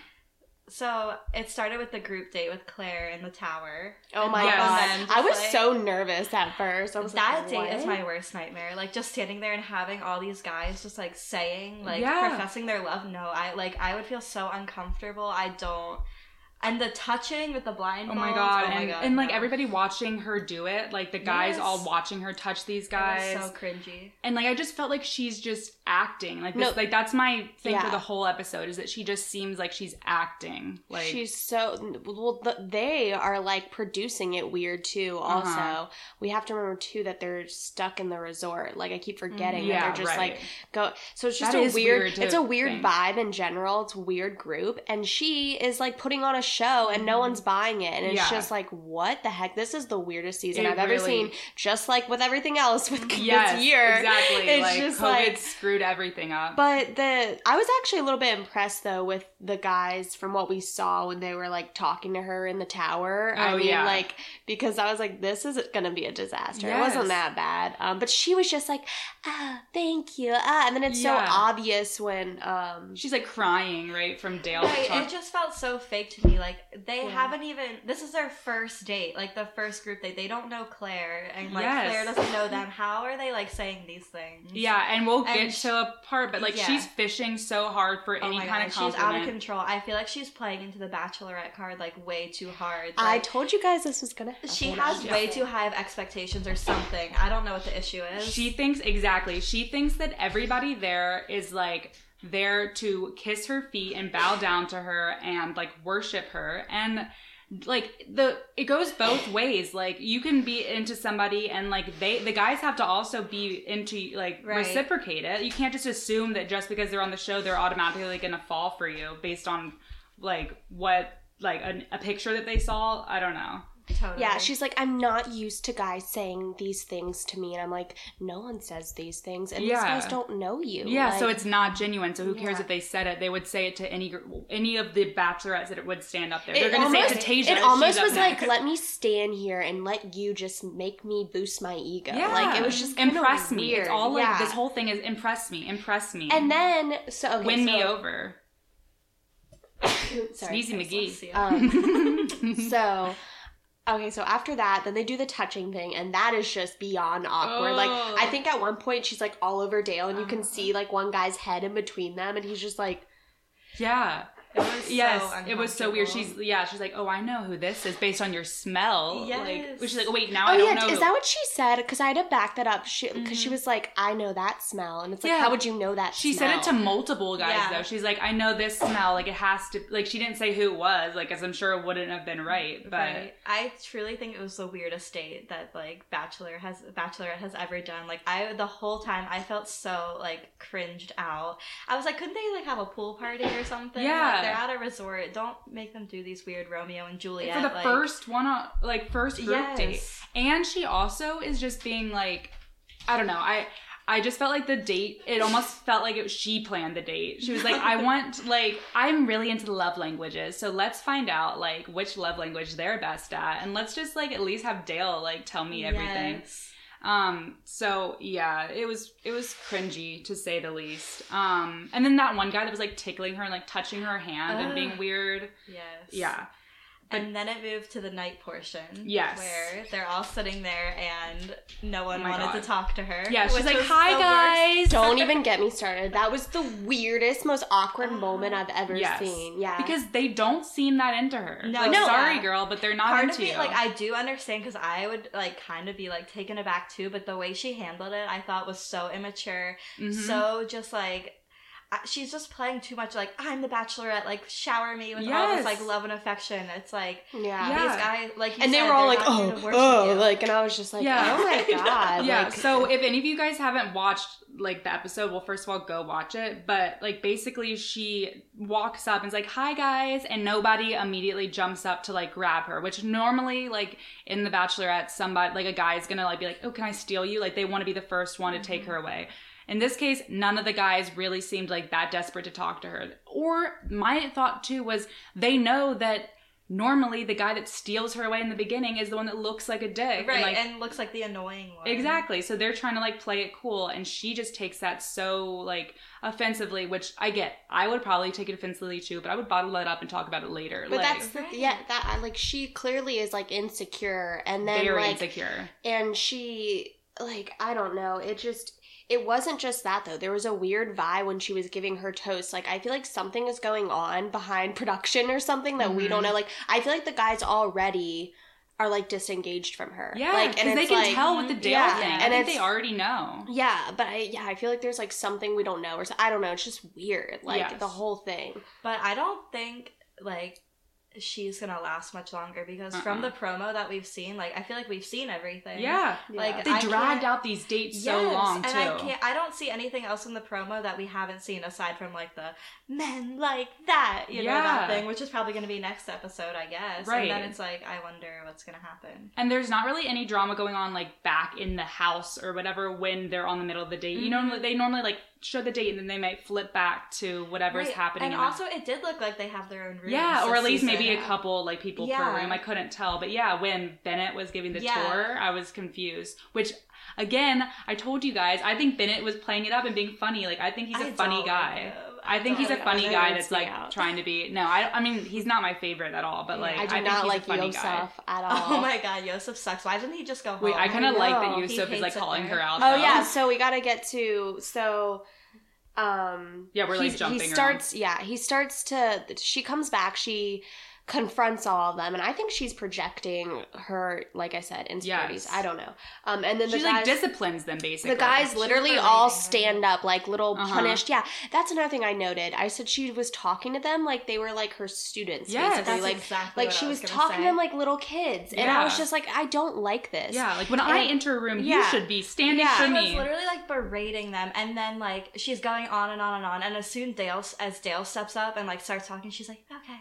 C: So it started with the group date with Claire in the tower.
B: Oh my
A: Yes.
B: god.
C: And then
B: I was
C: just, like-
B: so nervous at first. I was
C: that
B: like,
C: date is
B: "What?"
C: my worst nightmare. Like just standing there and having all these guys just like saying, like
A: Yeah.
C: professing their love. No, I like I would feel so uncomfortable. I don't. And the touching with the blind.
A: Oh my god. and, and like everybody watching her do it, like the guys
C: Yes.
A: all watching her touch these guys.
C: so cringy.
A: and like I just felt like she's just acting. Like
B: No.
A: this, like that's my thing
B: Yeah.
A: for the whole episode is that she just seems like she's acting. Like
B: she's so well th they are like producing it weird too also
A: Uh-huh.
B: we have to remember too that they're stuck in the resort like i keep forgetting
A: Mm-hmm. yeah,
B: that they're just
A: right.
B: like go so it's just
A: That
B: a
A: is
B: weird,
A: weird to
B: it's a weird
A: think.
B: vibe in general it's a weird group and she is like putting on a show and no one's buying it and it's
A: Mm-hmm. Yeah.
B: just like what the heck this is the weirdest season
A: It
B: i've ever
A: really-
B: seen just like with everything else with
A: yes,
B: this year
A: exactly.
B: it's
A: like
B: just
A: COVID
B: like-
A: screwed everything up.
B: but the I was actually a little bit impressed though with the guys from what we saw when they were like talking to her in the tower. I
A: Oh,
B: mean,
A: yeah.
B: like because I was like, this is gonna be a disaster. It
A: Yes.
B: wasn't that bad. Um, but she was just like, ah, thank you. Ah, and then it's
A: Yeah.
B: so obvious when um
A: she's like crying right from Dale.
C: Right,
A: talk-
C: it just felt so fake to me. Like they
B: Yeah.
C: haven't even. This is their first date, like the first group date. They don't know Claire, and like
A: Yes.
C: Claire doesn't know them. How are they like saying these things?
A: yeah, and we'll get
C: And
A: to a part, but like
C: yeah.
A: she's fishing so hard for
C: Oh
A: any
C: my
A: kind
C: god,
A: of
C: she's out of
A: compliment.
C: control. I feel like she's playing into the Bachelorette card like way too hard.
B: I
C: Like,
B: told you guys this was gonna happen.
C: she has
A: Yeah.
C: way too high of expectations or something. I don't know what the issue is.
A: She thinks exactly. She thinks that everybody there is like there to kiss her feet and bow down to her and like worship her and like the it goes both ways like you can be into somebody and like they the guys have to also be into like
C: Right.
A: reciprocate it you can't just assume that just because they're on the show they're automatically gonna fall for you based on like what like an, a picture that they saw i don't know
C: totally.
B: Yeah, she's like, I'm not used to guys saying these things to me, and I'm like, no one says these things, and these
A: Yeah.
B: guys don't know you.
A: Yeah, so
B: Like,
A: it's not genuine. So who cares
B: Yeah.
A: if they said it? They would say it to any gr- any of the bachelorettes that would stand up there.
B: It
A: They're going to say it to
B: almost-
A: Tasia. if
B: It
A: she's
B: almost
A: up
B: was
A: next.
B: like, let me stand here and let you just make me boost my ego. Like it was just kinda
A: impress me.
B: weird.
A: It's all like
B: Yeah.
A: this whole thing is impress me, impress me,
B: And then so okay,
A: win me
B: so-
A: over.
B: Sorry.
A: Sneezy
C: Let's
A: McGee.
C: see.
B: Um, so okay, so after that, then they do the touching thing, and that is just beyond awkward. Like
A: Oh. Uh-huh.
B: I think at one point she's like all over Dale, and you can see like one guy's head in between them, and he's just like,
A: Yeah.
C: it was
A: yes.
C: so
A: it was so weird. She's
C: uncomfortable.
A: yeah. She's like, oh, I know who this is based on your smell.
C: Yes.
A: Like, she's like, oh, wait, now
B: "Oh
A: I don't
B: yeah,
A: know.
B: is
A: who-
B: that what she said?" Because I had to back that up because she, 'cause she
C: Mhm.
B: was like, "I know that smell," and it's like,
A: Yeah.
B: "How would you know that?"
A: She said
B: smell?
A: it to multiple guys
C: Yeah.
A: though. She's like, I know this smell. Like it has to. Like she didn't say who it was. Like as I'm sure it wouldn't have been right. But
C: Right. I truly think it was the weirdest date that like Bachelor has Bachelorette has ever done. Like I the whole time I felt so like cringed out. I was like, couldn't they like have a pool party or something?
A: Yeah.
C: Like, they're at a resort. Don't make them do these weird Romeo and Juliet
A: for the
C: like,
A: first one, on- like first group date.
C: Yes.
A: And she also is just being like, I don't know. I I just felt like the date. It almost felt like it, she planned the date. She was like, I want like I'm really into love languages, so let's find out like which love language they're best at, and let's just like at least have Dale like tell me everything.
C: Yes.
A: Um, so yeah, it was it was cringy to say the least. Um, and then that one guy that was like tickling her and like touching her hand and
C: Ugh.
A: being weird.
C: Yes.
A: Yeah.
C: And then it moved to the night portion.
A: Yes.
C: Where they're all sitting there and no one
A: Oh my
C: wanted
A: God.
C: to talk to her.
A: Yeah, she's
C: which
A: like,
C: was
A: Hi
C: the
A: guys.
C: worst.
B: Don't even get me started. That was the weirdest, most awkward
C: Uh,
B: moment I've ever
A: yes.
B: seen. Yeah.
A: Because they don't seem that into her.
C: No.
A: Like,
C: No.
A: sorry
C: Yeah.
A: girl, but they're not
C: Part
A: into
C: of me,
A: you.
C: like, I do understand because I would, like, kind of be, like, taken aback too, but the way she handled it, I thought was so immature.
A: Mhm.
C: So just like, I- she's just playing too much, like, I'm the bachelorette, like, shower me with all this,
A: Yes.
C: like, love and affection. It's like,
B: yeah.
A: Yeah.
C: these guys, like, you
B: And they
C: said,
B: were all
C: they're
B: like,
C: not here
B: oh,
C: to worship
B: oh,
C: you.
B: like, and I was just like,
A: Yeah.
B: oh my god.
A: yeah,
B: Like,
A: so if any of you guys haven't watched like the episode, well first of all go watch it, but like basically she walks up and's like, "Hi guys," and nobody immediately jumps up to like grab her, which normally like in the bachelorette somebody like a guy's going to like be like, "Oh, can I steal you?" like they want to be the first one to take her away. In this case, none of the guys really seemed like that desperate to talk to her. Or my thought too was they know that normally the guy that steals her away in the beginning is the one that looks like a dick.
C: Right, and,
A: like,
C: looks like the annoying one.
A: Exactly. So they're trying to like play it cool, and she just takes that so like offensively, which I get. I would probably take it offensively too, but I would bottle that up and talk about it later.
B: But
A: like,
B: that's the, yeah, that I- like she clearly is like insecure, and then
A: very
B: like
A: insecure.
B: and she like I don't know, it just it wasn't just that though. There was a weird vibe when she was giving her toast. Like I feel like something is going on behind production or something that we
A: Mhm.
B: don't know. Like I feel like the guys already are like disengaged from her.
A: Yeah,
B: like
A: because they
B: it's,
A: can
B: like-
A: tell with the Dale
B: yeah,
A: thing. I
B: and
A: think they
B: it's-
A: already know.
B: Yeah, but I yeah, I feel like there's like something we don't know or so, I don't know. It's just weird. Like
A: Yes.
B: the whole thing.
C: But I don't think like she's gonna last much longer because from
A: Uh-uh.
C: the promo that we've seen, like I feel like we've seen everything.
A: Yeah,
C: Like
A: they
C: I
A: dragged
C: can't-
A: out these dates so
C: Yes,
A: long
C: and
A: too.
C: I can't. I don't see anything else in the promo that we haven't seen aside from like the men like that, you know,
A: Yeah.
C: that thing, which is probably going to be next episode, I guess.
A: Right.
C: And then it's like, I wonder what's going to happen.
A: And there's not really any drama going on like back in the house or whatever when they're on the middle of the date. You
C: Mhm.
A: know, they normally like show the date and then they might flip back to whatever's
C: Right,
A: happening.
C: And
A: in the-
C: also, it did look like they have their own room.
A: yeah, or at least maybe a
C: couple.
A: couple like people
C: Yeah.
A: per room. I couldn't tell, but yeah, when Bennett was giving the
C: Yeah.
A: tour, I was confused. Which again, I told you guys, I think Bennett was playing it up and being funny. Like I think he's a
C: a
A: funny guy. I think he's a
B: don't
A: funny
B: know. That
A: guy
B: weirds
A: that's
B: me
A: like
B: out.
A: trying to be. No, I, I mean he's not my favorite at all. But
C: Yeah,
A: like
B: I do
A: think
B: not
A: he's
B: like
A: a funny
B: Yosef
A: guy.
B: at all.
C: Oh my god, Yosef sucks. Why didn't he just go home?
A: Wait, I kind of like that
B: know.
C: He
A: Yusuf is
C: hates
A: like
C: it
A: calling
C: there.
A: her out.
B: Oh
A: though.
B: yeah, so we gotta get to so um
A: Yeah, we're, like,
B: he's-
A: jumping
B: He
A: around.
B: starts yeah, he starts to she comes back, she confronts all of them and I think she's projecting her like I said insecurities.
A: Yes.
B: I don't know. Um and then
A: She
B: the
A: like
B: guys
A: disciplines them basically.
B: the guys
C: She's
B: literally
C: berating
B: all
C: them.
B: stand up like little
A: Uh-huh.
B: punished. Yeah, that's another thing I noted. I said she was talking to them like they were like her students
A: Yes.
B: basically.
C: That's
B: like
C: exactly
B: like
C: what
B: she
C: I
B: was,
C: was,
B: talking to
C: to
B: them like little kids. And I
A: Yeah.
B: was just like I don't like this.
A: Yeah, like when I
B: And-
A: enter a room, you
B: yeah.
A: should be standing
B: Yeah.
A: for
C: She was
A: me.
C: literally like berating them, and then like she's going on and on and on, and as soon Dale as Dale steps up and like starts talking, she's like, okay,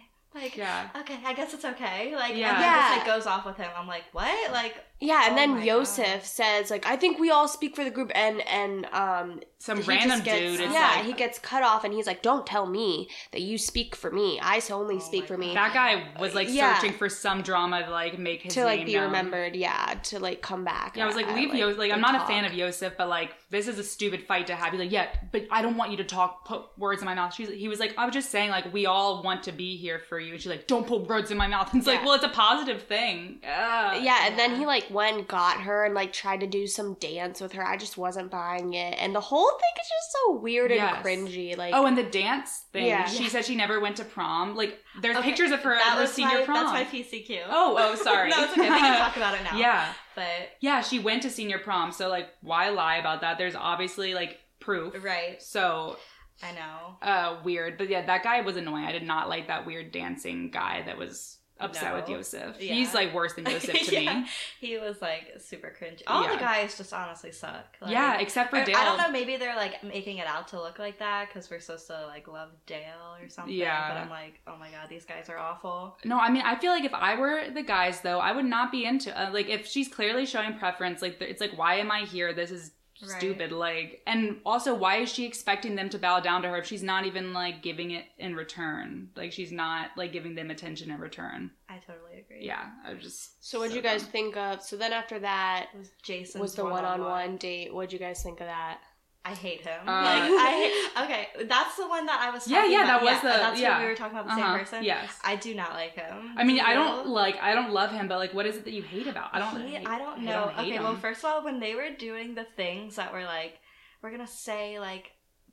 C: like
A: Yeah.
C: okay, I guess it's okay, like
A: Yeah.
C: and then
B: Yeah.
C: just like goes off with him. I'm like, what? Like
B: Yeah, and
C: Oh
B: then
C: my
B: Yosef
C: God.
B: says like I think we all speak for the group and and um
A: Some
B: he just
A: random
B: gets-
A: dude is
B: yeah,
A: like
B: he gets cut off and he's like don't tell me that you speak for me. I only
C: Oh
B: speak
C: my
B: for me.
A: that guy was like
B: Yeah.
A: searching for some drama to like make his
B: to like
A: name
B: be
A: known.
B: remembered, yeah, to like come back.
A: Yeah, I was like,
B: uh,
A: leave Yosef. Like, I'm
B: they
A: not a fan
B: talk.
A: of Yosef, but like, this is a stupid fight to have. He's like, yeah, but I don't want you to talk, put words in my mouth. She's, he was like, I'm just saying, like, we all want to be here for you. And she's like, don't put words in my mouth. And it's
B: Yeah.
A: like, well, it's a positive thing. Ugh.
B: Yeah, and then he like went and got her and like tried to do some dance with her. I just wasn't buying it, and the whole thing is just so weird
A: Yes.
B: and cringy. Like,
A: Oh, and the dance thing.
B: Yeah.
A: She
B: Yeah.
A: said she never went to prom. Like, there's
C: okay,
A: pictures of her
C: that
A: at her
C: was
A: senior
C: my,
A: prom.
C: That's my PCQ.
A: Oh, oh, sorry.
C: no, it's okay. We can talk about it now.
A: yeah.
C: but
A: Yeah, she went to senior prom, so like why lie about that? There's obviously like proof.
C: right,
A: So
C: I know.
A: uh weird. But yeah, that guy was annoying. I did not like that weird dancing guy that was upset
C: No.
A: with Yosef.
C: Yeah.
A: He's like worse than Yosef to
C: Yeah.
A: me.
C: He was like super cringe. All
A: Yeah.
C: the guys just honestly suck. Like,
A: yeah, except for
C: Or,
A: Dale.
C: I don't know. Maybe they're like making it out to look like that because we're supposed to like love Dale or something.
A: Yeah.
C: But I'm like, oh my god, these guys are awful.
A: No, I mean, I feel like if I were the guys, though, I would not be into uh, like if she's clearly showing preference. Like, it's like, why am I here? This is
C: Right.
A: stupid. Like, and also, why is she expecting them to bow down to her if she's not even like giving it in return? Like, she's not like giving them attention in return.
C: I totally agree.
A: Yeah, I was just.
B: so what'd you guys
A: dumb.
B: think of? So then after that
C: It was Jason's
B: was the
C: one-on-one.
B: one-on-one date. What'd you guys think of that?
C: I hate him.
A: Uh,
C: like I hate, okay, that's the one that I was.
A: Yeah,
C: Talking
A: yeah,
C: about.
A: that was the-
C: That's
A: yeah.
C: who we were talking about the
A: Uh-huh,
C: same person.
A: Yes.
C: I do not like him.
A: I mean,
C: Do
A: I
C: you?
A: don't like. I don't love him, but like, what is it that you hate about? I don't.
C: He-
A: hate-
C: I don't know.
A: hate
C: okay, well,
A: him.
C: first of all, when they were doing the things that were like, we're gonna say like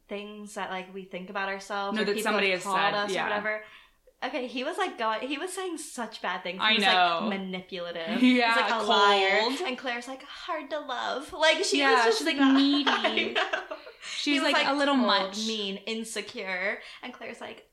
C: things that like we think about ourselves.
A: No,
C: or
A: that
C: people
A: somebody
C: have
A: has
C: called
A: said,
C: us
A: yeah.
C: or whatever. Okay, he was like going. He was saying such bad things. He
A: I
C: was,
A: know.
C: like, manipulative.
A: Yeah,
C: he was, like a liar.
A: cold.
C: And Claire's like hard to love. Like she
A: Yeah,
C: was just
A: she's, like,
C: not-
A: needy.
C: I know.
A: She's
C: He was,
A: like, "Oh, a little
C: cold,
A: much.
C: mean, insecure, and Claire's like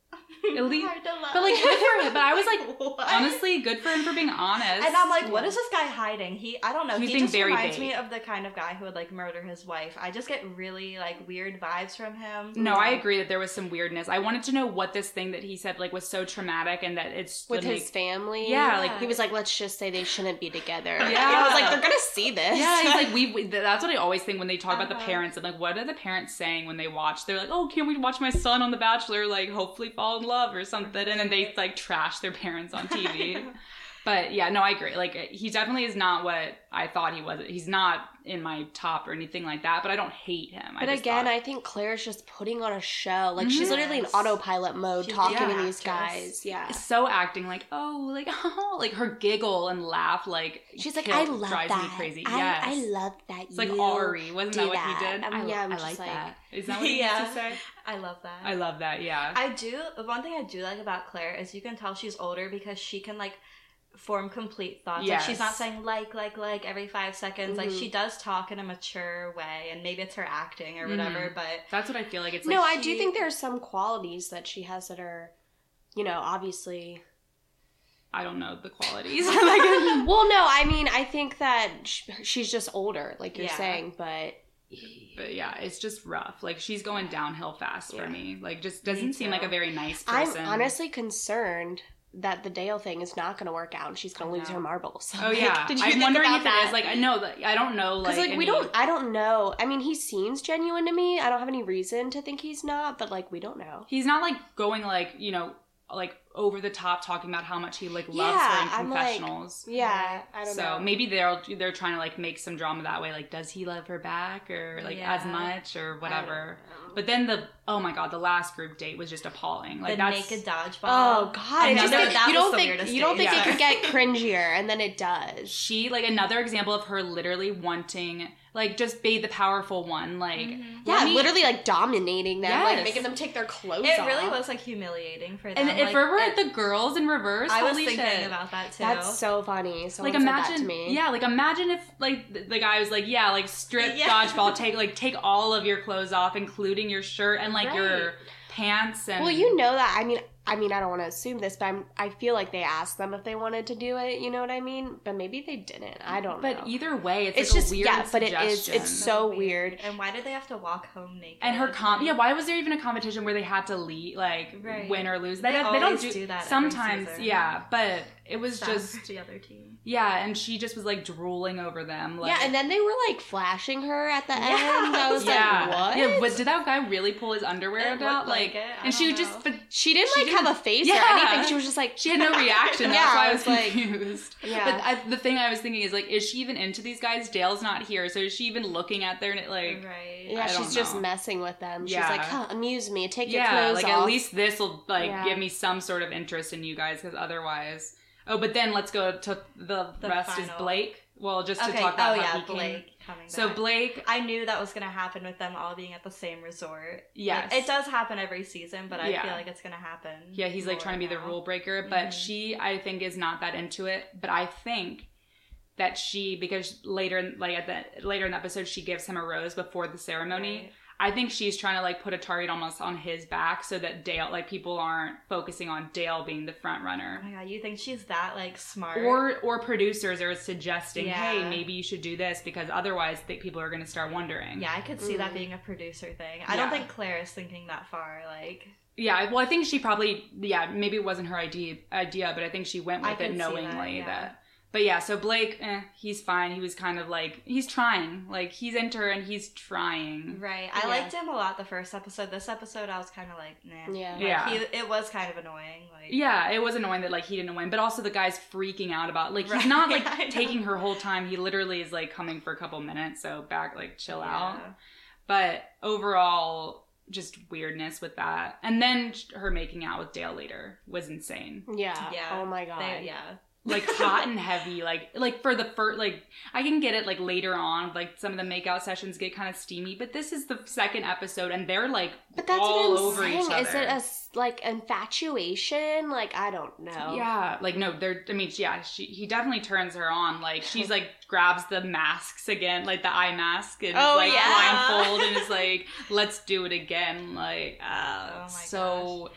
A: least-
C: hard to love.
A: but, like, good for him, but I was,
C: like, what?
A: Honestly, good for him for being honest.
C: And I'm like, what is this guy hiding? He, I don't know.
A: He's
C: he
A: being
C: just
A: very
C: reminds
A: vague.
C: me of the kind of guy who would like murder his wife. I just get really like weird vibes from him.
A: No, I agree that there was some weirdness. I wanted to know what this thing that he said like was so traumatic and that it's
B: with
A: like-
B: his family.
A: Yeah,
C: like-
B: he was like, let's just say they shouldn't be together.
A: Yeah.
B: Yeah, I was like, they're gonna see this.
A: yeah, he's like we, we. That's what I always think when they talk about the
C: Uh-huh.
A: parents. I'm like, what are the parents saying when they watch? They're like, oh, can we watch my son on The Bachelor? Like, hopefully fall in in love or something, and then they like trash their parents on TV. but yeah, no, I agree. Like he definitely is not what I thought he was. He's not in my top or anything like that. But I don't hate him.
B: But
A: I just
B: again,
A: thought-
B: I think Claire's just putting on a show. Like she's
A: Mhm.
B: literally in
C: Yes.
B: autopilot mode
C: She's
B: talking
C: the
B: to these
C: actress.
B: guys. Yeah.
A: so acting like oh like oh like her giggle and laugh like
B: She's like,
A: kill-
B: I love
A: drives
B: that.
A: me crazy.
B: I,
A: yes,
B: I love that.
A: It's like
B: you
A: Ari, wasn't that
B: do
A: what he
B: that.
A: did?
B: Um, yeah, I'm
A: I
B: just
A: like
B: like-
A: that. Is that what he used
C: Yeah.
A: to say?
C: I love that.
A: I love that. Yeah.
C: I do. One thing I do like about Claire is you can tell she's older because she can like form complete thoughts. Like she's not
A: Yes. Mm-hmm.
C: saying like, like, like every five seconds. Like
B: Mhm.
C: she does talk in a mature way, and maybe it's her acting or
A: Mm-hmm.
C: whatever. But
A: That's what I feel like. It's
B: No,
A: like
B: I do
C: she-
B: think there are some qualities that she has that are, you know, obviously.
A: I don't know the qualities. like,
B: Well, no, I mean, I think that sh she's just older, like you're
C: Yeah.
B: saying, but
A: but yeah, it's just rough. Like she's going downhill fast
B: Yeah.
A: for me. Like just
C: Me
A: doesn't seem
C: too.
A: like a very nice person.
B: I'm honestly concerned that the Dale thing is not going to work out and she's going
C: I
B: to lose
C: know.
B: her marbles.
A: Oh
B: Like,
A: yeah,
B: did you
A: I'm
B: think
A: wondering
B: about
A: if
B: that?
A: it is. Like I know, like, I don't know. Like,
B: Because like, we
A: any-
B: don't, I don't know. I mean, he seems genuine to me. I don't have any reason to think he's not, but like we don't know.
A: He's not like going like you know like over the top talking about how much he like loves
B: Yeah,
A: her in
B: I'm like-
A: confessionals.
B: Yeah, I don't
A: so
B: know.
A: maybe they're they're trying to like make some drama that way. Like, does he love her back or like as
C: Yeah.
A: much or whatever?
B: I don't know.
A: But then the oh my god, the last group date was just appalling. Like
C: the
A: that's
C: naked dodgeball.
B: oh god,
A: I
B: it just
A: know,
B: gets-
C: that
B: you
C: was
B: don't
C: the
B: think
C: weirdest
B: you don't
C: date.
B: think it
A: Yeah.
B: could get cringier, and then it does.
A: she like another example of her literally wanting like just be the powerful one. Like
C: Mhm.
B: Mm-hmm. Yeah,
A: let me-
B: literally like dominating them, like
A: Yes.
B: making them take their clothes
C: It
B: off.
C: really was like humiliating for them.
A: uh-huh. And if
C: like,
A: we were
C: it-
A: at the girls in reverse,
C: I was
A: holy
C: thinking
A: shit.
C: about that too.
B: That's so funny. Someone
A: like
B: like said that to
A: imagine,
B: me.
A: yeah. Like imagine if like the, the guy was like, yeah, like strip
C: Yeah.
A: dodgeball, take like take all of your clothes off, including your shirt and like your
C: Right.
A: pants and.
B: Well, you know that. I mean, I mean, I don't want to assume this, but I'm, I feel like they asked them if they wanted to do it. You know what I mean? But maybe they didn't. I don't know.
A: But either way, it's,
B: It's
A: like
B: just-
A: a weird
B: yeah, but it is-
A: suggestion.
B: it's so weird.
C: And why did they have to walk home naked?
A: and her comp. Yeah, why was there even a competition where they had to lead, like
C: Right.
A: win or lose?
C: They
A: don't- they don't
C: always do that every
A: Sometimes,
C: season.
A: yeah, but it was
C: Stop
A: just
C: the other team.
A: yeah, and she just was like drooling over them. Like,
B: yeah, and then they were like flashing her at the
C: Yeah.
B: end. I was
A: yeah,
B: like, what?
A: yeah. Was, did that guy really pull his underwear
C: It
A: out?
C: looked like
A: Like,
C: it. I
A: and she
C: don't
A: just,
C: know.
A: but
B: she didn't
A: She
B: like
A: didn't-
B: have a face or
A: Yeah.
B: anything. She was just like,
A: she had no reaction. That's
B: Yeah,
A: why
B: I
A: I was
B: was like-
A: confused.
B: yeah.
A: But I, the thing I was thinking is like, is she even into these guys? Dale's not here, so is she even looking at their like?
C: right.
B: yeah,
A: I don't
B: she's just
A: know.
B: messing with them. She's
A: Yeah.
B: like, huh, amuse me, take
A: yeah,
B: your clothes
A: like
B: off.
A: at least this will like
B: Yeah.
A: give me some sort of interest in you guys because otherwise. Oh, but then let's go to the,
C: The
A: rest is
C: final.
A: Blake. Well, just to
C: Okay.
A: talk
C: oh
A: about how
C: yeah,
A: he came-
C: Blake coming.
A: So
C: back.
A: Blake,
C: I knew that was gonna happen with them all being at the same resort.
A: yes,
C: Like, it does happen every season, but I
A: Yeah.
C: feel like it's gonna happen.
A: Yeah, he's like
C: more
A: trying to be the
C: now.
A: rule breaker, but
C: Mhm.
A: she, I think, is not that into it. But I think that she, because later, in like at the later in the episode, she gives him a rose before the ceremony.
C: Right.
A: I think she's trying to like put a target almost on his back so that Dale, like people aren't focusing on Dale being the front
C: Oh
A: runner.
C: my god, you think she's that like smart?
A: Or, or producers are suggesting, hey,
C: Yeah.
A: maybe you should do this because otherwise, th- people are going to start wondering.
C: yeah, I could see
B: Mm.
C: that being a producer thing. I don't
A: Yeah.
C: think Claire is thinking that far. Like,
A: Yeah, I- well, I think she probably, yeah, maybe it wasn't her idea, idea but I think she went
C: I
A: with
C: can
A: it
C: see
A: knowingly that,
C: that, yeah.
A: But yeah, so Blake, eh, he's fine. He was kind of like he's trying, like he's into her and he's trying.
C: right? I
B: Yeah.
C: liked him a lot the first episode. This episode, I was kind of like, nah.
B: Yeah.
C: Like,
A: Yeah.
C: he, it was kind of annoying. Like,
A: Yeah, it was annoying that like he didn't win, but also the guy's freaking out about like he's
C: Right,
A: not like
C: I know.
A: taking her whole time. He literally is like coming for a couple minutes, so back like chill out.
C: Yeah.
A: But overall, just weirdness with that. And then her making out with Dale later was insane.
B: yeah.
C: Yeah.
B: Oh my god.
C: They- yeah.
A: like hot and heavy like like for the first like i can get it like later on like some of the makeout sessions get kind of steamy but this is the second episode and they're like
B: But that's
A: all
B: what I'm
A: over
B: saying.
A: each other
B: Is it a s- like infatuation? Like I don't
C: Oh.
B: know.
A: yeah like no they're i mean yeah she he definitely turns her on like she's like grabs the masks again like the eye mask and
B: Oh,
A: like
B: yeah.
A: blindfold and is like let's do it again like
C: Oh
A: uh,
C: my
A: so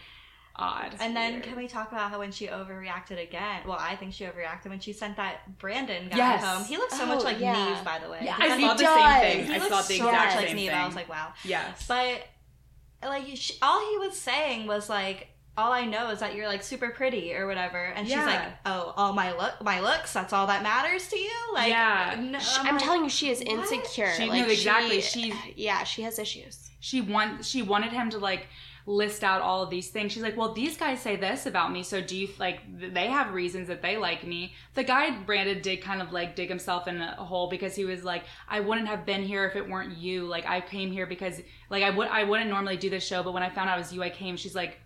A: odd
C: And then
A: Weird.
C: can we talk about how when she overreacted again? Well, I think she overreacted when she sent that Brandon guy
A: Yes.
C: home. He looks so
B: Oh,
C: much like
B: yeah.
C: Neve, by the way.
A: yeah,
C: He
A: I
C: does-
B: He
A: saw the
B: does.
A: same
C: he
A: thing. I
C: looks
A: saw the
C: so
A: exact
C: much
A: same
C: like Neve.
A: thing.
C: I was like, wow.
A: yes,
C: But like, you sh all he was saying was like, all I know is that you're like super pretty or whatever. And
A: Yeah.
C: she's like, oh, all my look, my looks. That's all that matters to you. Like, um,
A: Yeah.
C: no,
B: Sh-
C: I'm
B: I'm
C: like,
B: telling you, she is
C: what?
B: insecure.
A: She
B: like,
A: knew exactly.
B: She,
A: She-
B: yeah, she has issues.
A: she want she wanted him to like list out all of these things. She's like, well, these guys say this about me, so do you like th- they have reasons that they like me? The guy Brandon did kind of like dig himself in a hole because he was like, I wouldn't have been here if it weren't you. Like I came here because like I would I wouldn't normally do this show, but when I found out it was you, I came. She's like.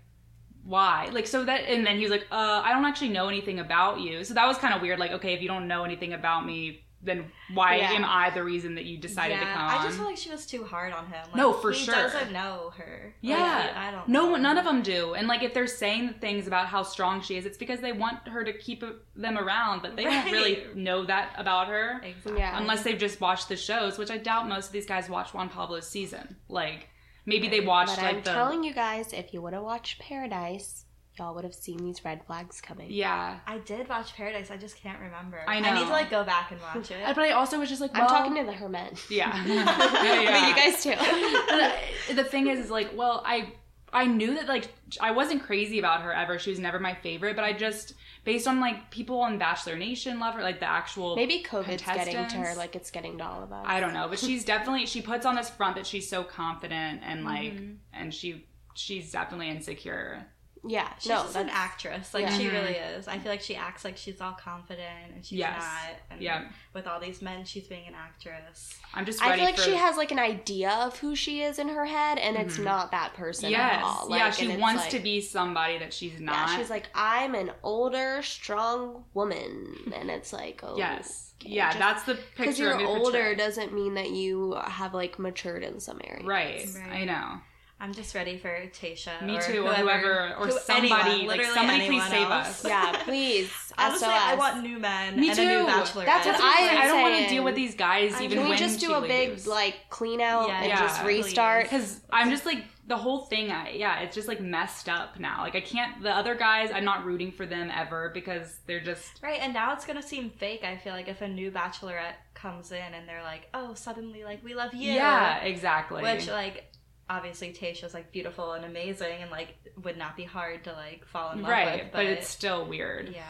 A: Why? Like so that, and then he was like, "Uh, I don't actually know anything about you." So that was kind of weird. Like, okay, if you don't know anything about me, then why
C: Yeah.
A: am I the reason that you decided to come?
C: I just feel like she was too hard on him. Like,
A: No, for
C: he
A: sure.
C: doesn't know her. Like,
A: Yeah.
C: I don't.
A: No,
C: know.
A: none of them do. And like, if they're saying things about how strong she is, it's because they want her to keep them around, but they don't
C: Right.
A: really know that about her
C: Exactly.
B: Yeah.
A: unless they've just watched the shows, which I doubt most of these guys watch Juan Pablo's season. Like, maybe they watched
B: But
A: like
B: I'm
A: the
B: telling you guys, if you would have watched Paradise, y'all would have seen these red flags coming.
A: yeah.
C: I did watch Paradise. I just can't remember.
A: I
C: I need
A: know.
C: to like go back and watch it.
A: But I also was just like,
B: I'm
A: well-
B: talking to the her men.
A: yeah.
B: But
A: yeah.
B: you guys too.
A: But uh, the thing is, is like, well, I I knew that like I wasn't crazy about her ever. She was never my favorite, but I just based on like people on Bachelor Nation love her, like the actual
B: Maybe COVID's getting to her
A: Contestants.
B: like it's getting to all of us.
A: I don't know, but she's definitely she puts on this front that she's so confident and
B: Mm-hmm.
A: like
C: Mhm.
A: and she she's definitely insecure.
B: Yeah,
C: She's
B: no,
C: just an
B: that's,
C: actress. Like
B: Yeah.
C: she
A: Mhm.
C: really is. I feel like she acts like she's all confident and she's
A: Yes.
C: not. And
A: Yeah.
C: With all these men, she's being an actress.
A: I'm just ready
B: I feel like
A: for
B: she has like an idea of who she is in her head, and it's
A: Mhm.
B: not that person
A: Yes.
B: at all. Like,
A: yeah,
B: and
A: she
B: it's
A: wants
B: like-
A: to be somebody that she's not.
B: Yeah, she's like, I'm an older, strong woman, and it's like, oh,
A: yes.
B: okay,
A: yeah,
B: just-
A: that's the picture.
B: because you're
A: I'm gonna
B: older
A: portray.
B: doesn't mean that you have like matured in some areas.
A: Right.
C: Right.
A: I know.
C: I'm just ready for Tasha.
A: Me
C: or
A: too, or whoever, or
C: who-
A: somebody, like,
C: literally
A: somebody please
C: anyone
A: save
C: else.
A: us.
B: Yeah, please.
C: Honestly,
B: SOS.
C: I want new men
A: Me
C: and
A: too.
C: a new bachelorette.
B: That's what
A: That's
B: I
A: what
B: am
A: I don't want to
B: saying.
A: deal with these guys
C: I-
A: even
B: Can we
A: when
B: just do a big like clean out
C: Yeah,
B: and
A: Yeah.
B: just restart?
A: because I'm just like the whole thing. I, yeah, it's just like messed up now. Like I can't. The other guys, I'm not rooting for them ever because they're just.
C: Right, and now it's gonna seem fake. I feel like if a new bachelorette comes in and they're like, "Oh, suddenly, like we love you,"
A: Yeah, exactly.
C: which like obviously Tasha's like beautiful and amazing, and like would not be hard to like fall in love
A: right,
C: with.
A: but it's still weird.
C: yeah,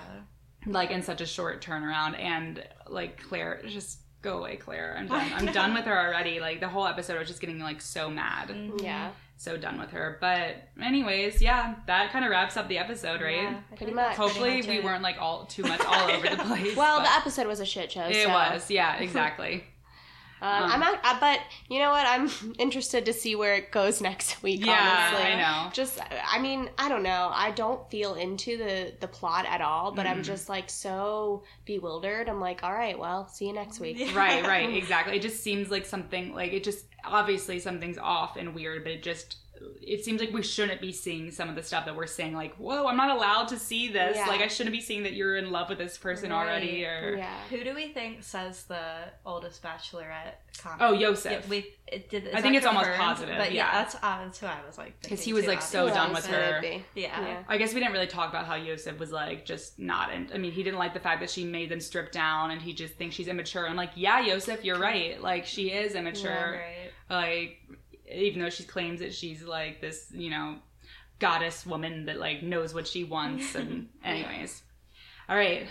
A: Like in such a short turnaround, and like Claire, just go away, Claire. I'm done. I'm done with her already. Like the whole episode, I was just getting like so mad,
C: Mhm.
B: Yeah,
A: so done with her. But anyways, yeah, that kind of wraps up the episode, right?
C: Yeah, I think
B: Pretty
C: that's
B: much.
A: Hopefully,
C: much
A: we
C: it.
A: weren't like all too much all over the place.
B: Well,
A: but
B: the episode was a shit show.
A: it
B: so,
A: was. Yeah, exactly.
B: Um,
A: Um,
B: I'm out, uh, but you know what? I'm interested to see where it goes next week.
A: yeah,
B: honestly.
A: I know.
B: Just, I mean, I don't know. I don't feel into the the plot at all, but I'm
A: Mhm.
B: just like so bewildered. I'm like, all right, well, see you next week.
C: Yeah.
A: right right exactly it just seems like something like it just obviously something's off and weird but it just it seems like we shouldn't be seeing some of the stuff that we're saying like whoa i'm not allowed to see this
B: Yeah.
A: like i shouldn't be seeing that you're in love with this person already or
B: Yeah.
C: Who do we think says the oldest bachelorette comment?
A: oh yosef
C: Yeah, we it did. is
A: I think
C: that
A: it's almost
C: confirmed?
A: positive,
C: But yeah,
A: yeah.
C: that's uh, that's who I was like.
A: 'Cause he
C: thinking
A: was,
C: too,
A: like, so
C: obviously.
A: done with
B: Obviously
A: her.
B: would be.
C: Yeah.
B: Yeah.
A: I guess we didn't really talk about how Yosef was like just not. In, I mean, he didn't like the fact that she made them strip down, and he just thinks she's immature. I'm like, yeah, Yosef, you're right. Like she is immature.
C: Right.
A: like even though she claims that she's like this you know goddess woman that like knows what she wants and anyways all right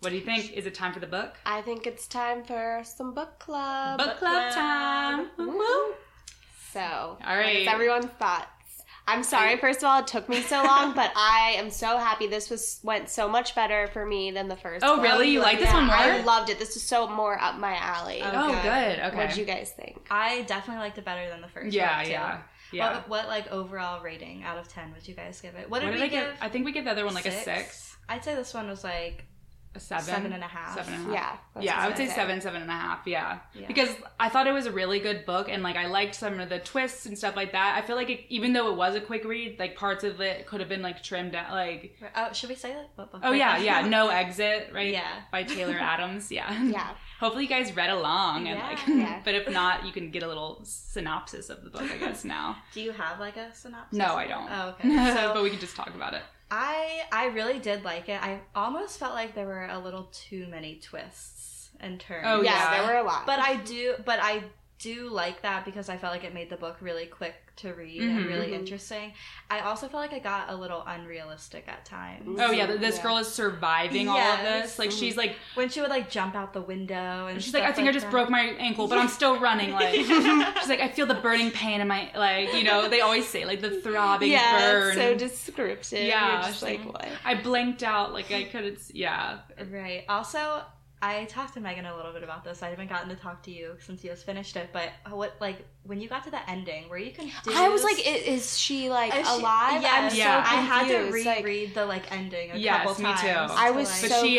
A: what do you think is it time for the book
B: I think it's time for some book club.
A: book club
C: club.
A: time Woo-woo.
B: Woo. So, all
A: right.
B: It's everyone's thoughts. I'm sorry, first of all, it took me so long, but I am so happy. This was went so much better for me than the first.
A: oh
B: one.
A: really you like this
B: Yeah,
A: one more
B: I loved it. This is so more up my alley.
C: Oh,
A: oh good okay
B: What'd you guys think?
C: I definitely liked it better than the first.
A: yeah
C: one, too.
A: yeah yeah
C: What, what like overall rating out of ten would you guys give it? What did,
A: what did
C: we
A: I
C: give?
A: give? I think we gave the other one like a
C: Six?
A: six,
C: I'd say this one was like
A: a seven,
C: seven and a half.
A: seven and a half.
B: Yeah.
A: Uh,
B: that's
A: yeah,
B: what
A: I would say
B: said.
A: seven, seven and a half. Yeah.
C: Yeah.
A: Because I thought it was a really good book and like I liked some of the twists and stuff like that. I feel like it, even though it was a quick read, like parts of it could have been like trimmed out. Like,
C: Oh, should we say that? What book
A: oh
C: we're
A: yeah,
C: talking
A: yeah,
C: about?
A: No Exit, right?
C: Yeah.
A: By Taylor Adams. Yeah.
B: Yeah.
A: Hopefully you guys read along and
C: Yeah.
A: like,
B: Yeah.
A: but if not, you can get a little synopsis of the book, I guess, now.
C: Do you have like a synopsis?
A: No, I don't.
C: Oh, okay. So
A: but we can just talk about it.
C: I I really did like it. I almost felt like there were a little too many twists and turns.
A: Oh,
B: yes,
A: yeah.
B: there were a lot.
C: But I do but I do like that because I felt like it made the book really quick to read and
A: Mhm.
C: really
B: Mhm.
C: interesting. I also felt like I got a little unrealistic at times.
A: Oh yeah, th- this
B: Yeah.
A: girl is surviving all of this.
C: Yes.
A: Like she's like
C: When she would like jump out the window and
A: she's like I
C: stuff
A: think I just
C: that.
A: broke my ankle, but I'm still running. Like she's like I feel the burning pain in my like you know they always say like the throbbing
B: yeah,
A: burn.
B: it's so descriptive.
A: Yeah,
B: You're just
A: she's
B: like
A: like-
B: what?
A: I blanked out like I couldn't. s- Yeah,
C: Right. Also, I talked to Megan a little bit about this. I haven't gotten to talk to you since you just finished it, but what like when you got to the ending, were you confused?
B: I was like, i- is she like
C: Is uh, she-
B: alive?
C: Yeah,
B: I'm
A: Yeah.
B: so
C: I had to
B: confused, like-
C: reread the like ending a
A: Yes,
C: couple
A: me
C: times.
A: too.
B: I was
C: to,
A: but
C: like,
B: so
A: she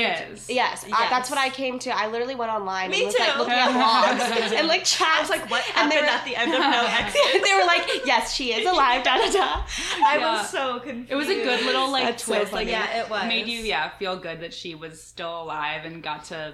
A: is.
B: confused. Yes, I- that's
C: Yes.
B: what I came to. I literally went online
C: Me
B: and was like
C: too.
B: looking at blogs and like chats.
C: I was like, what
B: And
C: happened
B: they were-
C: at the end of No Exit?
B: they were like, yes, she is alive. Da da da.
C: I
A: Yeah.
C: was so confused.
A: it was a good little like
B: That's so
A: twist.
B: funny.
A: like
C: Yeah, it was.
A: made you yeah feel good that she was still alive and got to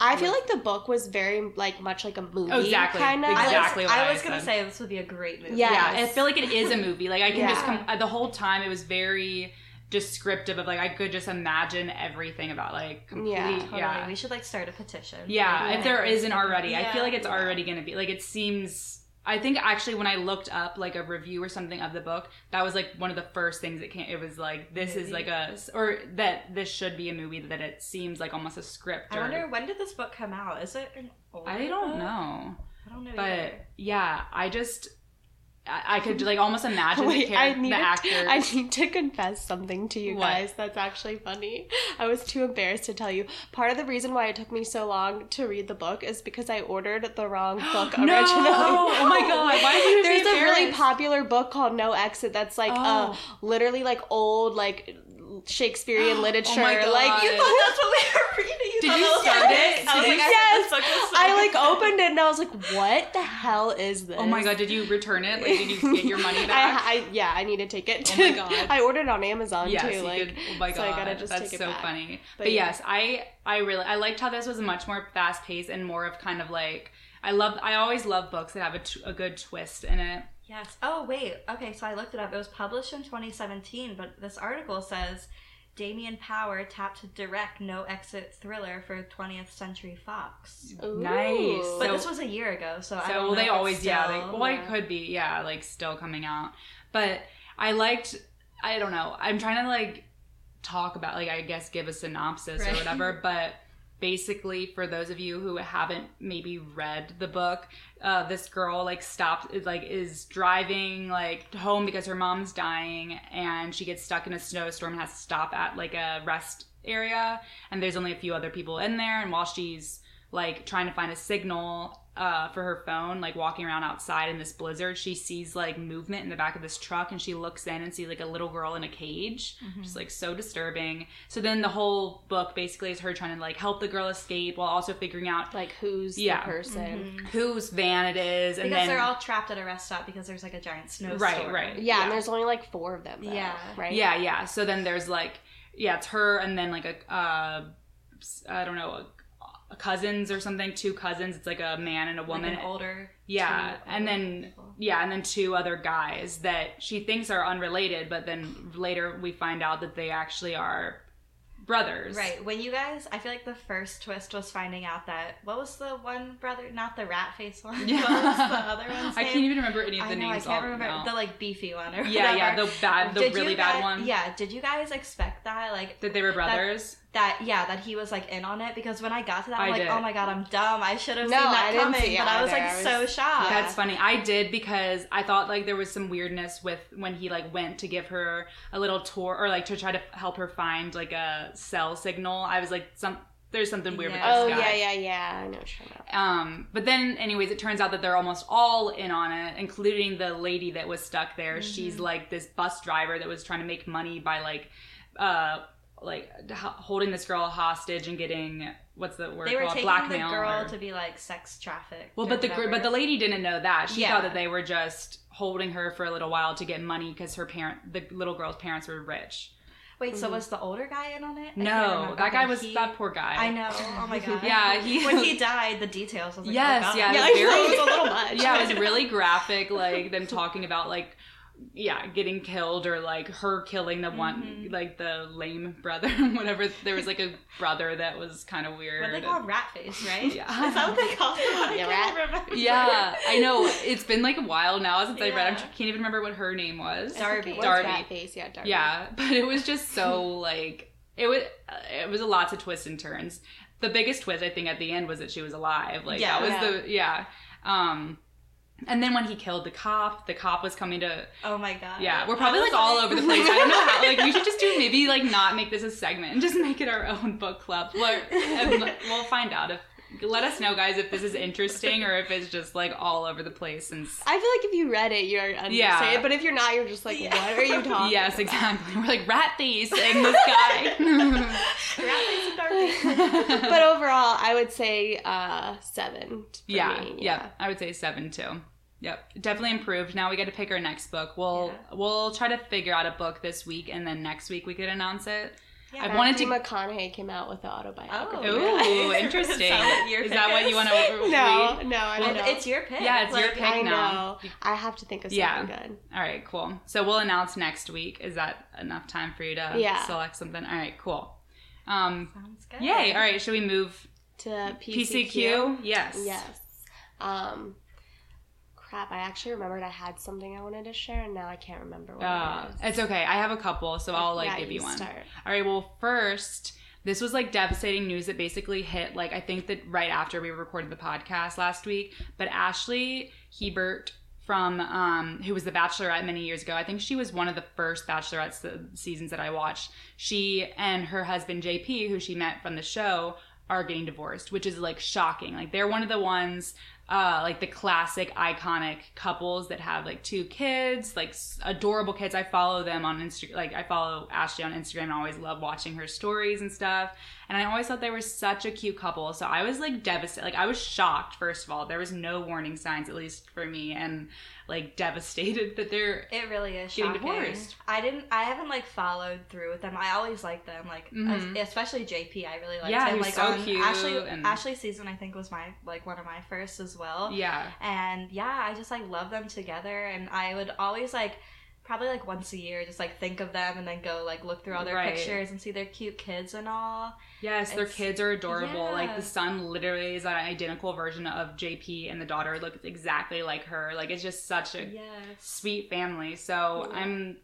B: I feel like the book was very like much like a movie.
A: Oh, exactly.
B: Kind of.
C: I was,
A: Exactly what
C: I
A: I
C: was gonna
A: said.
C: say this would be a great movie.
B: Yeah.
A: Yeah, I feel like it is a movie. Like I can
B: Yeah.
A: just come uh, the whole time. It was very descriptive of like I could just imagine everything about like complete.
B: Yeah,
A: Yeah,
C: Totally.
A: yeah.
C: We should like start a petition.
A: If there isn't already, I
C: Yeah.
A: feel like it's already gonna be like it seems. I think actually when I looked up like a review or something of the book, that was like one of the first things that came. It was like this is
C: Movie.
A: like a or that this should be a movie that it seems like almost a script.
C: I
A: or,
C: wonder when did this book come out? Is it an old
A: I don't know,
C: I don't know.
A: but
C: either.
A: yeah, I just I, I could like almost imagine
B: Wait,
A: the
B: I
A: character,
B: need,
A: the actors.
B: I need to confess something to you
A: What?
B: guys that's actually funny. I was too embarrassed to tell you. Part of the reason why it took me so long to read the book is because I ordered the wrong book originally.
A: Oh my god! Why did you?
B: There's a really popular book called No Exit that's like uh,
A: Oh.
B: literally like old like Shakespearean
A: Oh my
B: literature.
A: God.
B: Like you
A: Did
B: thought
C: that's what we were reading.
A: Did
C: thought
A: you
C: that was
A: start
C: it?
A: it?
C: I was
A: Did
C: like,
A: you-
C: I
B: Yes.
C: said this book was so
B: I like
C: good.
B: opened it and I was like, what the hell is this?
A: Oh my god! Did you return it? Like, did you get your money back?
B: I, I, yeah, I need to take it.
A: Oh my God.
B: I ordered it on Amazon
A: yes,
B: too.
A: you
B: Like,
A: could, oh my god!
B: so I gotta just
A: That's
B: take it
A: so
B: back.
A: funny.
B: But
A: But,
B: yeah.
A: yes, I I really I liked how this was much more fast paced and more of kind of like I love I always love books that have a, t- a good twist in it.
C: Yes. Oh wait. Okay. So I looked it up. It was published in 2017, but this article says Damien Power tapped to direct No Exit thriller for 20th Century Fox.
B: Ooh.
A: Nice.
C: But
A: So-
C: this was a year ago, so,
A: So
C: I don't
A: well,
C: know
A: they
C: if it's
A: always yeah,
C: still-
A: like well,
B: yeah.
A: it could be yeah, like still coming out. But I liked. I don't know. I'm trying to like talk about like I guess give a synopsis
C: Right.
A: or whatever, but. Basically, for those of you who haven't maybe read the book, uh, this girl like stops is, like is driving like home because her mom's dying, and she gets stuck in a snowstorm and has to stop at like a rest area, and there's only a few other people in there. And while she's like trying to find a signal uh, for her phone, like walking around outside in this blizzard, she sees like movement in the back of this truck and she looks in and sees like a little girl in a cage.
C: Mm-hmm.
A: She's like so disturbing. So then the whole book basically is her trying to like help the girl escape while also figuring out
B: Like, who's
A: Yeah. Mm-hmm.
B: the person?
C: Mhm.
A: whose van it is and
C: Because
A: then
C: they're all trapped at a rest stop because there's like a giant snowstorm.
A: Right, right.
B: Yeah, and there's only like four of them. Though,
C: Yeah.
B: Right?
A: Yeah, yeah. So then there's like, yeah, it's her and then like a, uh, s- I don't know, a, a cousins or something, two cousins. It's like a man and a
C: Like
A: woman.
C: an older.
A: yeah,
C: two
A: and
C: older
A: then
C: people.
A: yeah, and then two other guys that she thinks are unrelated, but then later we find out that they actually are brothers.
C: Right. When you guys, I feel like the first twist was finding out that what was the one brother, not the rat face one.
A: Yeah.
C: What was the other one's
A: I
C: name?
A: can't even remember any of the
C: I know. I
A: names.
C: can't
A: all-
C: remember
A: no.
C: the like beefy one or
A: yeah, yeah,
C: whatever.
A: the bad, the
C: Did you
A: really bad
C: guys-
A: one.
C: Yeah. Did you guys expect that? Like
A: That they were brothers.
C: that? Yeah, that he was like in on it because when I got to that, I'm
A: I
C: like,
A: did.
C: oh my god, I'm dumb. I should have
B: No,
C: seen that
B: I didn't
C: coming.
B: see it
C: but I was
B: either.
C: like
B: I
C: so
B: was-
C: shocked.
A: That's funny. I did because I thought like there was some weirdness with when he like went to give her a little tour or like to try to help her find like a cell signal. I was like, some there's something weird
C: Yeah.
B: Oh
A: with this guy.
B: yeah, yeah, yeah. I know what you're talking about.
A: Um, but then, anyways, it turns out that they're almost all in on it, including the lady that was stuck there.
C: Mm-hmm.
A: She's like this bus driver that was trying to make money by like, uh, like h- holding this girl hostage and getting what's the word
C: They were
A: called
C: taking
A: blackmail
C: the girl
A: or-
C: to be like sex trafficked.
A: well,
C: or
A: but the gr-
C: whatever.
A: but the lady didn't know that. She
C: Yeah.
A: thought that they were just holding her for a little while to get money because her parent, the little girl's parents, were rich.
C: wait, so
B: Mhm.
C: was the older guy in on it? I can't
A: Mm-hmm. No,
C: remember,
A: that guy
C: but
A: was
C: he-
A: that poor guy.
C: I know. Oh my god.
A: Yeah, he-
C: when he died, the details. I was like,
A: Yes,
C: oh, God.
A: yeah, it
B: Yeah, like,
A: was very-
B: it was a little much.
A: Yeah, it was really graphic. Like them talking about like yeah, getting killed or like her killing the one
C: Mhm.
A: like the lame brother, whatever. There was like a brother that was kind of weird.
C: What they call rat face, right?
A: Yeah.
C: Is that what they call it? I
B: Yeah,
C: can't remember.
A: yeah, I know. It's been like a while now since I read. I
C: Yeah.
A: can't even remember what her name was.
C: I Darby.
A: Darby.
B: Face. Yeah, Darby.
A: Yeah, but it was just so like it was. It was a lots of twists and turns. The biggest twist, I think, at the end was that she was alive. Like
C: Yeah.
A: that was the yeah. Um, and then when he killed the cop, the cop was coming to
C: Oh my god.
A: yeah. We're
C: That
A: probably
C: was
A: like all over the place. I don't know how. Like we should just do maybe like not make this a segment and just make it our own book club. Like, and l- we'll find out if. Let us know, guys, if this is interesting or if it's just like all over the place. And s-
B: I feel like if you read it, you're understand.
A: Yeah.
B: But if you're not, you're just like,
C: Yeah.
B: what are you talking?
A: yes, exactly. We're like rat face and this guy.
C: Rat face and dark face.
B: But overall, I would say uh, seven. for
A: yeah,
B: me,
A: yeah. I would say seven too. Yep, definitely improved. Now we got to pick our next book. We'll we'll try to figure out a book this week, and then next week we could announce it.
C: Yeah.
A: I wanted to.
B: Matthew McConaughey came out with the autobiography.
C: Oh,
A: Ooh,
C: Is
A: interesting.
C: that what your
A: Is
C: pick
A: that what
C: is?
A: you want to?
B: No, no, I don't
C: Well,
B: know.
C: it's your pick.
A: Yeah, it's your pick
B: I
A: now.
B: know. I have to think of something
A: Yeah.
B: good.
A: All right, cool. So we'll announce next week. Is that enough time for you to
B: Yeah.
A: select something? All right, cool. Um,
C: Sounds good.
A: yay! All right, should we move
B: To
A: PCQ?
B: PCQ.
A: Yes.
B: Yes. Um, crap. I actually remembered I had something I wanted to share, and now I can't remember what
A: Uh,
B: it is.
A: it's okay. I have a couple, so I'll like
B: Yeah,
A: give you, one.
B: Start.
A: All right. Well, first, this was like devastating news that basically hit like I think that right after we recorded the podcast last week. But Ashley Hebert from um, who was the Bachelorette many years ago, I think she was one of the first Bachelorette se- seasons that I watched. She and her husband JP, who she met from the show, are getting divorced, which is like shocking. Like they're one of the ones. Uh, like the classic iconic couples that have like two kids, like s- adorable kids. I follow them on Insta. Like I follow Ashley on Instagram. and I always love watching her stories and stuff. And I always thought they were such a cute couple. So I was like devastated. Like I was shocked. First of all, there was no warning signs, at least for me, and like devastated that they're
C: It really is
A: Getting
C: shocking.
A: divorced.
C: I didn't. I haven't like followed through with them. I always liked them. Like
A: Mhm.
C: es- especially JP. I really liked
A: Yeah,
C: him.
A: he was
C: like
A: so
C: on
A: cute
C: Ashley.
A: and-
C: Ashley season I think was my like one of my first as well.
A: yeah.
C: And yeah, I just like love them together. And I would always like probably like once a year just like think of them and then go like look through all their
A: Right.
C: pictures and see their cute kids and all.
A: Yes, their
C: It's-
A: kids are adorable.
C: yeah.
A: Like the son literally is an identical version of JP, and the daughter looks exactly like her. Like it's just such a
C: Yes.
A: sweet family. So
B: Yeah.
A: I'm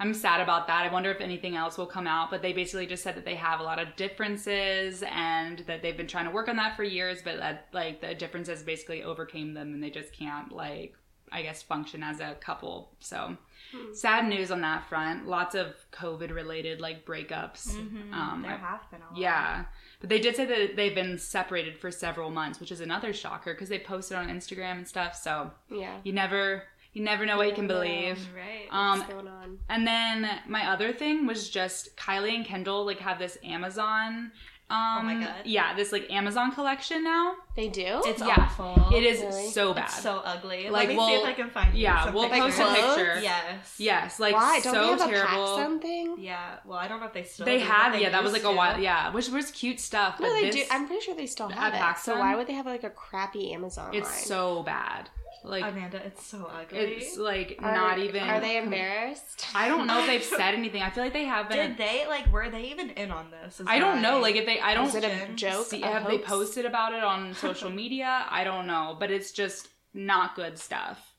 A: I'm sad about that. I wonder if anything else will come out, but they basically just said that they have a lot of differences and that they've been trying to work on that for years, but that like the differences basically overcame them and they just can't like I guess function as a couple. So
B: Hmm.
A: sad news on that front. Lots of COVID related like breakups.
C: Mhm.
A: Um,
C: there
A: I-
C: have been a lot.
A: Yeah. But they did say that they've been separated for several months, which is another shocker because they posted on Instagram and stuff. So
B: Yeah.
A: you never you never know what you can
B: Yeah.
A: believe.
C: Right.
A: Um,
B: What's going on?
A: and then my other thing was just Kylie and Kendall like have this Amazon. Um,
C: Oh my God.
A: Yeah, this like Amazon collection now.
B: They do.
C: it's
A: yeah.
C: awful.
A: it is
B: Oh, really?
A: so bad.
C: It's so ugly.
A: Like,
C: Let me see
A: we'll-
C: if I can find you
A: yeah,
C: something.
A: we'll
B: Like
A: post a
B: clothes?
A: picture.
C: Yes.
A: Yes, like
B: Why don't
A: so
B: we have
A: terrible.
B: a pack something?
C: Yeah. Well, I don't know if they still.
A: they
C: do, but
A: had
C: they
A: yeah, that was
C: used
A: like a while
C: to.
A: yeah, which was cute stuff.
B: No,
A: but
B: they do.
A: this-
B: I'm pretty sure they still
A: Have
B: have it.
A: packs
B: So
A: on?
B: why would they have like a crappy Amazon?
A: it's
B: line?
A: so bad. Like
C: Amanda, it's so ugly.
A: it's like
B: Are-
A: not even.
B: Are they embarrassed?
A: I don't know if they've said anything. I feel like they have been.
C: Did they like? Were they even in on this? Is
A: I don't
C: my-
A: know. Like if they, I don't
B: Is it a
C: Jen,
B: joke?
A: See,
B: A
A: have they
B: hoax?
A: posted about it on social media? I don't know, but it's just not good stuff.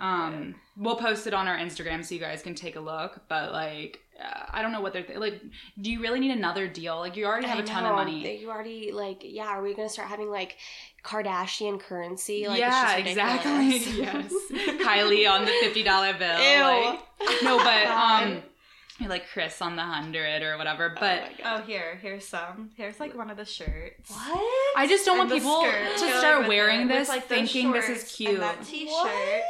A: Um, we'll post it on our Instagram so you guys can take a look. But like, uh, I don't know what they're th- like. Do you really need another deal? Like, you already have
B: I
A: a ton
B: know,
A: of money.
B: that You already like, yeah. Are we gonna start having like Kardashian currency? Like,
A: yeah,
B: it's just
A: exactly.
B: ridiculous.
A: yes, Kylie on the fifty dollar bill.
B: Ew.
A: Like, no, but um,
B: God.
A: you're like Chris on the hundred or whatever.
B: Oh
A: But um,
B: my God.
C: Oh, here, here's some. Here's like one of the shirts.
B: what?
A: I just don't want
C: And the
A: people
C: skirt
A: to
C: goes
A: start
C: with
A: wearing
C: it, with,
A: this,
C: like, those
A: thinking this is
C: shorts and
A: cute.
C: that t-shirt.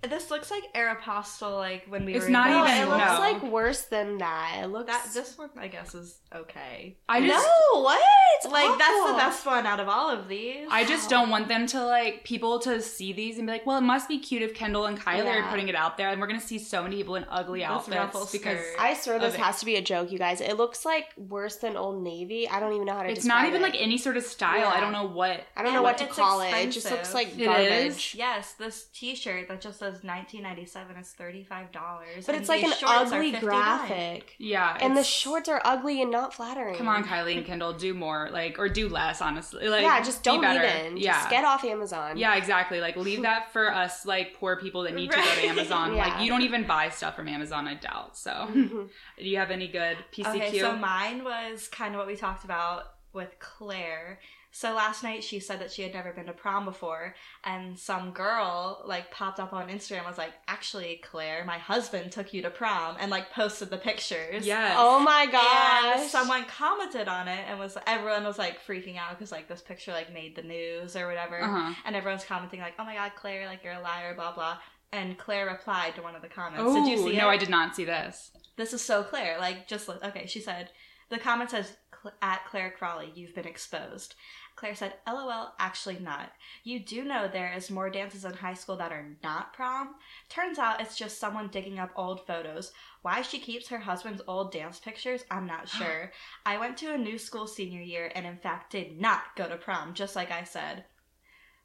C: This looks like Aeropostale, like when we
A: It's
C: were in
A: not
B: No,
C: college.
A: even-
B: Oh, it
C: It
B: looks
A: no.
B: like worse than that. It looks
C: That this one, I guess, is okay.
A: I just
B: no. Oh, What? Oh. It's
C: like that's
B: awful.
C: the best one out of all of these.
A: I just don't want them to like people to see these and be like, well, it must be cute if Kendall and Kyler
B: Yeah.
A: are putting it out there, and we're gonna see so many people in ugly
C: With ruffle
A: outfits because
C: skirts.
B: I swear this
A: Of it.
B: has to be a joke, you guys. It looks like worse than Old Navy. I don't even know how to.
A: it's not
B: describe
A: even
B: it.
A: like any sort of style.
B: Yeah.
A: I don't know what.
B: I don't
C: Yeah,
B: know what to
C: but it's
B: call it. It just looks
C: expensive.
B: like
A: It
B: garbage.
C: Yes, this T-shirt that just says 1997 is 35 dollars,
B: But it's like an ugly graphic,
A: Yeah,
B: and the
A: it's-
B: shorts are ugly and not flattering.
A: Come on, Kylie and Kendall, do more, like or do less, honestly. Like,
B: yeah, just
A: be
B: don't
A: better.
B: even.
A: Yeah,
B: Just get off Amazon.
A: yeah, exactly. Like leave that for us, like poor people that need to go
C: Right.
A: to Amazon.
B: Yeah.
A: Like you don't even buy stuff from Amazon, I doubt. So, do
B: Mhm.
A: you have any good PCQ?
C: Okay, so mine was kind of what we talked about with Claire. So last night she said that she had never been to prom before, and some girl like popped up on Instagram and was like, "Actually, Claire, my husband took you to prom," and like posted the pictures.
A: yes.
B: Oh my gosh.
C: And someone commented on it, and was everyone was like freaking out because like this picture like made the news or whatever,
A: Uh-huh.
C: and everyone's commenting like, "Oh my god, Claire, like you're a liar," blah blah. And Claire replied to one of the comments. Did you
A: Ooh,
C: see it?
A: no, I did not see this.
C: This is so Claire. Like, just look. Okay, she said, the comment says, "Cl- at Claire Crawley, you've been exposed. Claire said, LOL, actually not. You do know there is more dances in high school that are not prom. Turns out it's just someone digging up old photos. Why she keeps her husband's old dance pictures, I'm not sure. I went to a new school senior year and, in fact, did not go to prom, just like I said.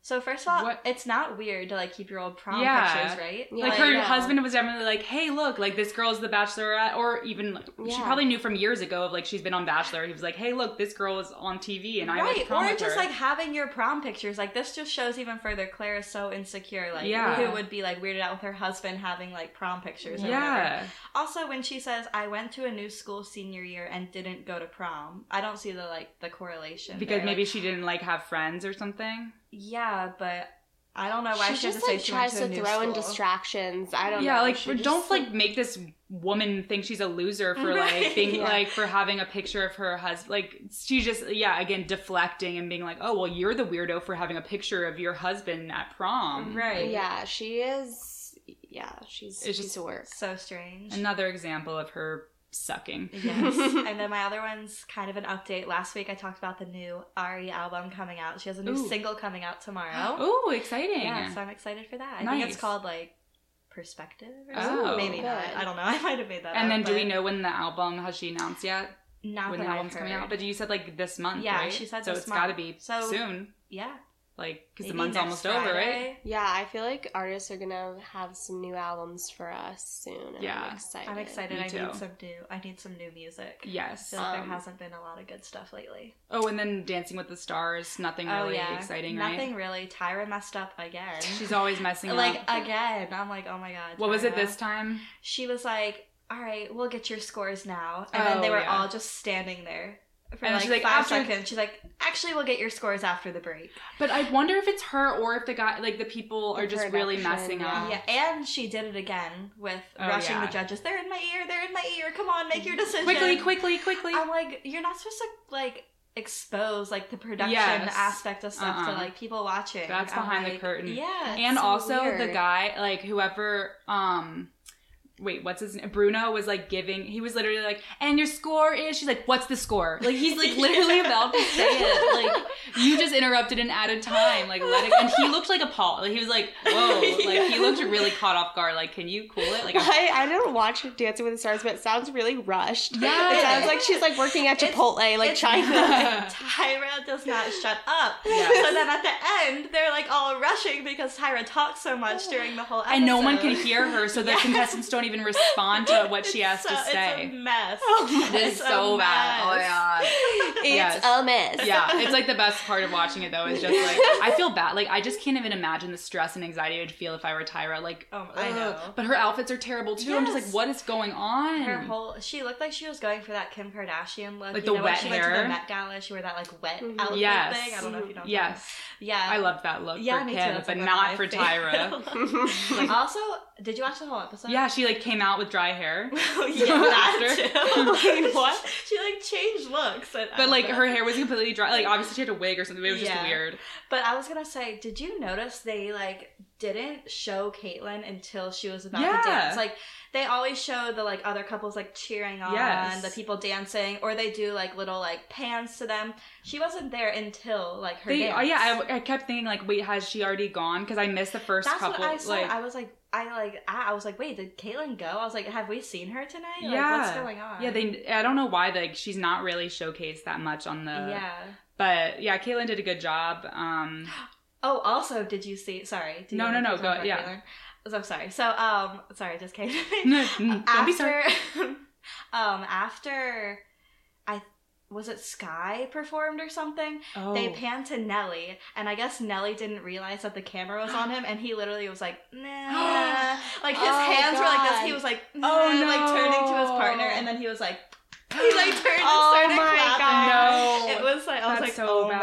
C: So, first of all,
A: What-
C: it's not weird to like keep your old prom
A: Yeah.
C: pictures, right?
B: Yeah.
A: like her
B: yeah.
A: husband was definitely like, "Hey, look, like this girl's the Bachelorette," or even like, she
B: Yeah.
A: probably knew from years ago of like she's been on Bachelor. He was like, "Hey, look, this girl is on TV," and I was prom
C: or
A: with
C: just
A: her.
C: like having your prom pictures. Like this just shows even further Claire is so insecure. Like
A: Yeah.
C: who would be like weirded out with her husband having like prom pictures? Or Whatever.
A: yeah,
C: Also, when she says I went to a new school senior year and didn't go to prom, I don't see the like the correlation
A: because
C: there.
A: maybe
C: Like,
A: she didn't like have friends or something.
C: yeah, but I don't know why she,
B: she just
C: has to
B: like
C: say she
B: tries
C: went to,
B: to,
C: a new
B: throw in
C: school.
B: distractions. I don't
A: yeah,
B: know.
A: like
B: She
A: for-
B: just,
A: don't like make this woman think she's a loser for
C: Right.
A: like being
B: Yeah.
A: like for having a picture of her husband. Like she's just yeah, again deflecting and being like, "Oh, well, you're the weirdo for having a picture of your husband at prom."
C: Right.
B: Yeah, she is. Yeah, she's
A: It's
B: she's
A: just-
B: a work.
C: So strange.
A: Another example of her sucking.
C: Yes. and then my other one's kind of an update. Last week I talked about the new Ari album coming out. She has a new
A: Ooh.
C: single coming out tomorrow.
A: Oh, exciting!
C: Yeah, so I'm excited for that. I think it's
A: Nice.
C: called like Perspective or
A: Oh,
C: something. Maybe not.
B: good.
C: I don't know. I might have made that
A: And
C: up,
A: then, do
C: but
A: we know when the album has she announced yet?
C: not
A: when
C: that
A: the
C: I've
A: album's coming
C: heard.
A: out? But you said like this month,
C: Yeah,
A: right?
C: she said
A: so.
C: this
A: it's got to
C: month.
A: be
C: So-
A: soon,
C: yeah.
A: like because the
C: maybe
A: month's
C: next
A: almost over, right?
C: Friday.
B: yeah, I feel like artists are gonna have some new albums for us soon. And I'm
A: Yeah.
B: excited.
C: I'm excited.
A: Me
C: I
A: too.
C: need some new I need some new music. I
A: Yes.
C: feel like
B: Um,
C: there hasn't been a lot of good stuff lately.
A: Oh, and then Dancing with the Stars. Nothing
C: oh
A: really
C: yeah.
A: exciting, right?
C: Nothing really. Tyra messed up again.
A: She's always messing
C: like
A: up.
C: again. I'm like, oh my god.
A: What was it
C: Tyra.
A: this time?
C: She was like, All right, we'll get your scores now. And then
A: Oh,
C: they were
A: yeah.
C: all just standing there. For
A: And
C: like,
A: she's like,
C: five
A: "After-
C: seconds. She's like, actually, we'll get your scores after the break.
A: But I wonder if it's her or if the guy, like the people,
B: The
A: are just really
B: production,
A: messing up.
C: Yeah, and she did it again with
A: Uh, Oh,
C: rushing
A: yeah.
C: the judges. They're in my ear. They're in my ear. Come on, make your decision
A: Quickly, quickly, quickly.
C: I'm like, you're not supposed to like expose like the production
A: Yes.
C: aspect of stuff to
A: Uh-uh.
C: like people watching.
A: That's
C: I'm
A: behind the
C: like,
A: curtain.
C: Yeah,
A: and
B: so
A: also the
B: weird.
A: guy like whoever um wait what's his name bruno was like giving he was literally like and your score is she's like what's the score like he's like literally about to say it like you just interrupted and added time like let it and he looked like a paul like he was like whoa like he looked really caught off guard like can you cool it like I'm-
B: I, I didn't watch Dancing with the Stars, but it sounds really rushed.
A: Yeah.
B: It sounds like she's like working at Chipotle, like
C: it's
B: trying to.
C: not- Tyra does not shut up.
A: Yeah.
C: So then at the end, they're like all rushing because Tyra talks so much during the whole episode.
A: and no one can hear her so the
C: Yeah.
A: contestants don't even respond to what she has
C: It's so-
A: to say
C: It's a mess.
A: it is
C: It's a
A: so bad oh my
C: mess.
A: god
B: It's
A: Yes.
B: a mess.
A: yeah, it's like the best part of watching it though is just like I feel bad. Like I just can't even imagine the stress and anxiety I would feel if I were Tyra. Like oh,
C: Um, I
A: ugh.
C: know.
A: but her outfits are terrible too. I'm just
C: Yes.
A: like, what is going on?
C: Her whole she looked like she was going for that Kim Kardashian look.
A: Like
C: you
A: the
C: know, when
A: wet
C: she went to the
A: hair?
C: Met Gala, she wore that like wet
B: Mhm.
C: outfit
A: Yes.
C: thing. I don't know if you know.
A: yes,
C: Yeah.
A: I loved that look
C: yeah,
A: for
C: me
A: Kim,
C: too. That's,
A: but
C: like, one of
A: not
C: my
A: for
C: favorite
A: Tyra.
C: looks. also, Did you watch the whole episode?
A: Yeah, she like came out with dry hair.
C: Oh,
A: So
C: yeah, that
A: after-
C: too. Like, what? She like changed looks. and-
A: But like her hair was completely dry. Like obviously she had a wig or something. But it was just
C: Yeah.
A: weird.
C: But I was gonna say, did you notice they like didn't show Caitlyn until she was about
A: Yeah.
C: to dance? Like they always show the like other couples like cheering on
A: Yes.
C: the people dancing, or they do like little like pans to them. She wasn't there until like her
A: They,
C: dance.
A: oh, yeah, I, I kept thinking like, wait, has she already gone? Because I missed the first
C: That's
A: couple.
C: what I saw.
A: Like,
C: I was like, I like, I, I was like, wait, did Caitlyn go? I was like, have we seen her tonight?
A: Yeah.
C: Like, what's going on?
A: yeah, they. I don't know why like she's not really showcased that much on the.
C: yeah.
A: But yeah, Caitlyn did a good job. Um,
C: Oh, also, did you see? Sorry. did you
A: No, no,
C: wanna
A: no,
C: talk
A: go-
C: about
A: yeah.
C: Caitlyn? So I'm sorry. So, um, sorry, it just came to me.
A: don't be sorry.
C: after um after I was it Sky performed or something?
A: Oh.
C: They panned to Nelly, and I guess Nelly didn't realize that the camera was on him, and he literally was like, nah. like his
B: Oh,
C: hands were like this.
B: God.
C: He was like,
A: Oh,
C: "Nah," like turning to his partner,
A: no.
C: and then he was like, he like turned
B: Oh,
C: and started
B: my
C: clapping.
A: no.
C: It was like I was
A: That's
C: like,
A: so
C: oh
A: bad.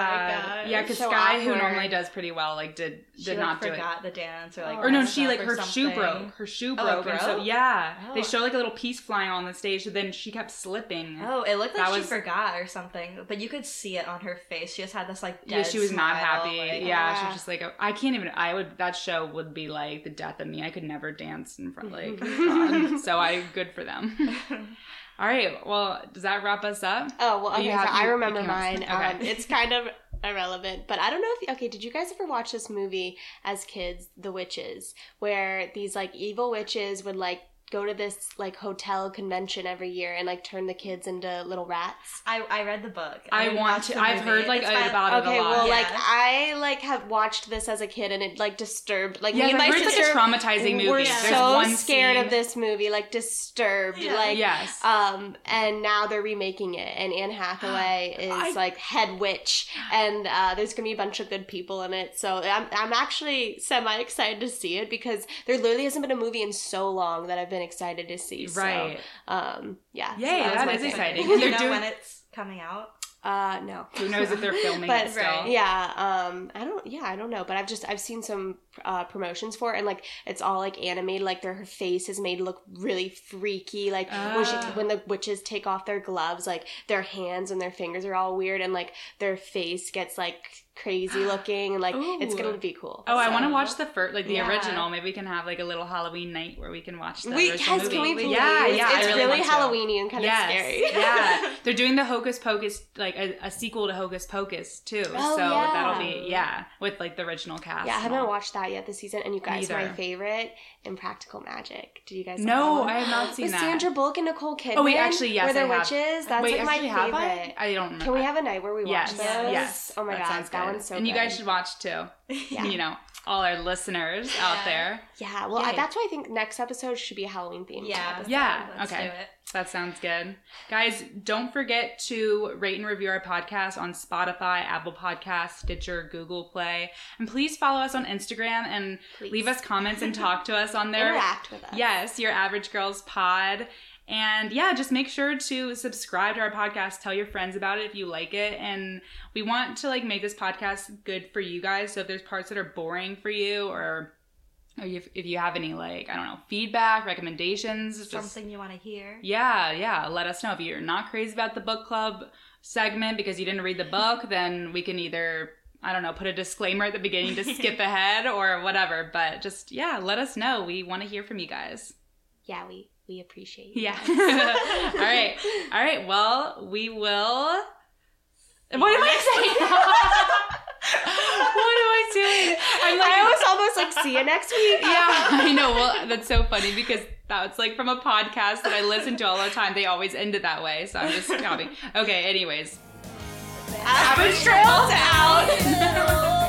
C: my god.
A: Yeah, because
B: So
A: Sky, who
B: awkward.
A: normally does pretty well, like did did
C: she like,
A: not do it.
C: forgot the dance or like
A: Or no,
C: messed
A: she
C: up
A: like
C: or
A: her shoe
C: something.
A: broke. Her shoe
C: Oh, it
A: broke, and so
C: broke?
A: yeah, they
C: Oh.
A: show like a little piece flying on the stage. So then she kept slipping.
C: Oh, it looked like
A: That
C: she
A: was-
C: forgot or something, but you could see it on her face. She just had this like dead
A: yeah, she was not
C: smile,
A: happy.
C: like-
A: yeah, she
B: ah.
A: was just like, I can't even. I would that show would be like the death of me. I could never dance in front like. God. so I good for them. All right, well, does that wrap us up?
B: Oh well,
A: But
B: okay.
A: you
B: So
A: have-
B: I
A: you- you
B: remember
A: came up with
B: mine.
A: something.
B: Um,
A: Okay.
B: it's kind of irrelevant, but I don't know if okay. Did you guys ever watch this movie as kids, The Witches, where these like evil witches would like go to this like hotel convention every year and like turn the kids into little rats?
C: I, I read the book.
A: I
C: didn't
A: want
C: watch
A: to-
C: the
A: I've
C: movie.
A: heard, like,
C: It's by- Oh,
A: about it.
B: Okay,
A: a lot.
B: well, like
C: Yeah.
B: I like have watched this as a kid and it like disturbed like
A: Yeah,
B: me and
A: like,
B: my
A: we're in
B: sister
A: such a traumatizing movie.
B: were
A: There's
B: so
A: one
B: scared
A: scene-
B: of this movie, like disturbed,
C: Yeah.
B: like
A: Yes.
B: Um, and now they're remaking it, and Anne Hathaway is
A: I-
B: like head witch, and uh, there's gonna be a bunch of good people in it. So I'm, I'm actually semi excited to see it because there literally hasn't been a movie in so long that I've been excited to see. So,
A: right.
B: um, yeah. so
A: Yay,
B: was
A: that
B: my
A: is
B: pick.
A: exciting.
C: Do you
A: They're
C: know
A: doing-
C: when it's coming out?
B: Uh, no.
A: Who knows if they're filming
B: But-
A: it still?
C: Right.
B: Yeah, um, I don't. Yeah, I don't know, but I've just I've seen some uh, promotions for it, and like it's all like animated. Like their her face is made to look really freaky. Like when she
A: Ah.
B: when the witches take off their gloves, like their hands and their fingers are all weird, and like their face gets like crazy looking, and like it's
A: Ooh.
B: gonna be cool.
A: Oh, I
B: So-
A: want to watch the first, like the
C: Yeah.
A: original. Maybe we can have like a little Halloween night where we can watch the
B: We,
A: original
B: yes,
A: movie.
B: can we please?
A: yeah, yeah, I
B: It's
A: really,
B: really
A: want to.
B: Halloweeny and kind
A: Yes,
B: of scary.
A: yeah, they're doing the Hocus Pocus, like a, a sequel to Hocus Pocus too.
B: Oh,
A: so
B: yeah.
A: that'll be yeah, with like the original cast.
B: Yeah, I
A: and
B: haven't
A: all.
B: watched that yet this season. And you guys, my
A: Neither.
B: favorite, Impractical Magic. Did you guys? like that
A: No,
B: one?
A: I have not seen
B: With
A: that.
B: Sandra Bullock and Nicole Kidman.
A: Oh, wait, actually, yes,
B: were they
A: I have.
B: witches? That's
A: Wait,
B: like my
A: actually, have I?
B: favorite.
A: I don't remember.
B: Can we have a night where we
A: yes,
B: watch those?
A: yes.
B: Oh my
A: that
B: god,
A: sounds
B: that
A: good.
B: one's so.
A: And you
B: good.
A: guys should watch too.
B: Yeah.
A: You know, all our listeners out
C: Yeah.
A: there.
B: Yeah, well, I,
A: Yay.
B: that's why I think next episode should be a Halloween themed.
C: Yeah.
B: episode.
A: Yeah,
C: Let's
A: okay.
C: do it.
A: That sounds good. Guys, don't forget to rate and review our podcast on Spotify, Apple Podcasts, Stitcher, Google Play. And please follow us on Instagram and
B: Please.
A: leave us comments and talk to us on there.
B: Interact with us.
A: Yes, your average girls pod. And yeah, just make sure to subscribe to our podcast. Tell your friends about it if you like it. And we want to like make this podcast good for you guys. So if there's parts that are boring for you or or if, if you have any like, I don't know, feedback, recommendations, just
C: Something you want to hear.
A: yeah, yeah. Let us know if you're not crazy about the book club segment because you didn't read the book. Then we can either I don't know put a disclaimer at the beginning to skip ahead or whatever. But just yeah, let us know. We want to hear from you guys.
B: Yeah, we we appreciate. you
A: Yeah.
B: guys.
A: all right. All right. Well, we will. What am I saying? what am I doing? I'm like.
B: I was almost like see you next week.
A: yeah, I know. Well, that's so funny because that's like from a podcast that I listen to all the time. They always end it that way, so I'm just copying. Okay, anyways.
B: Average trails out.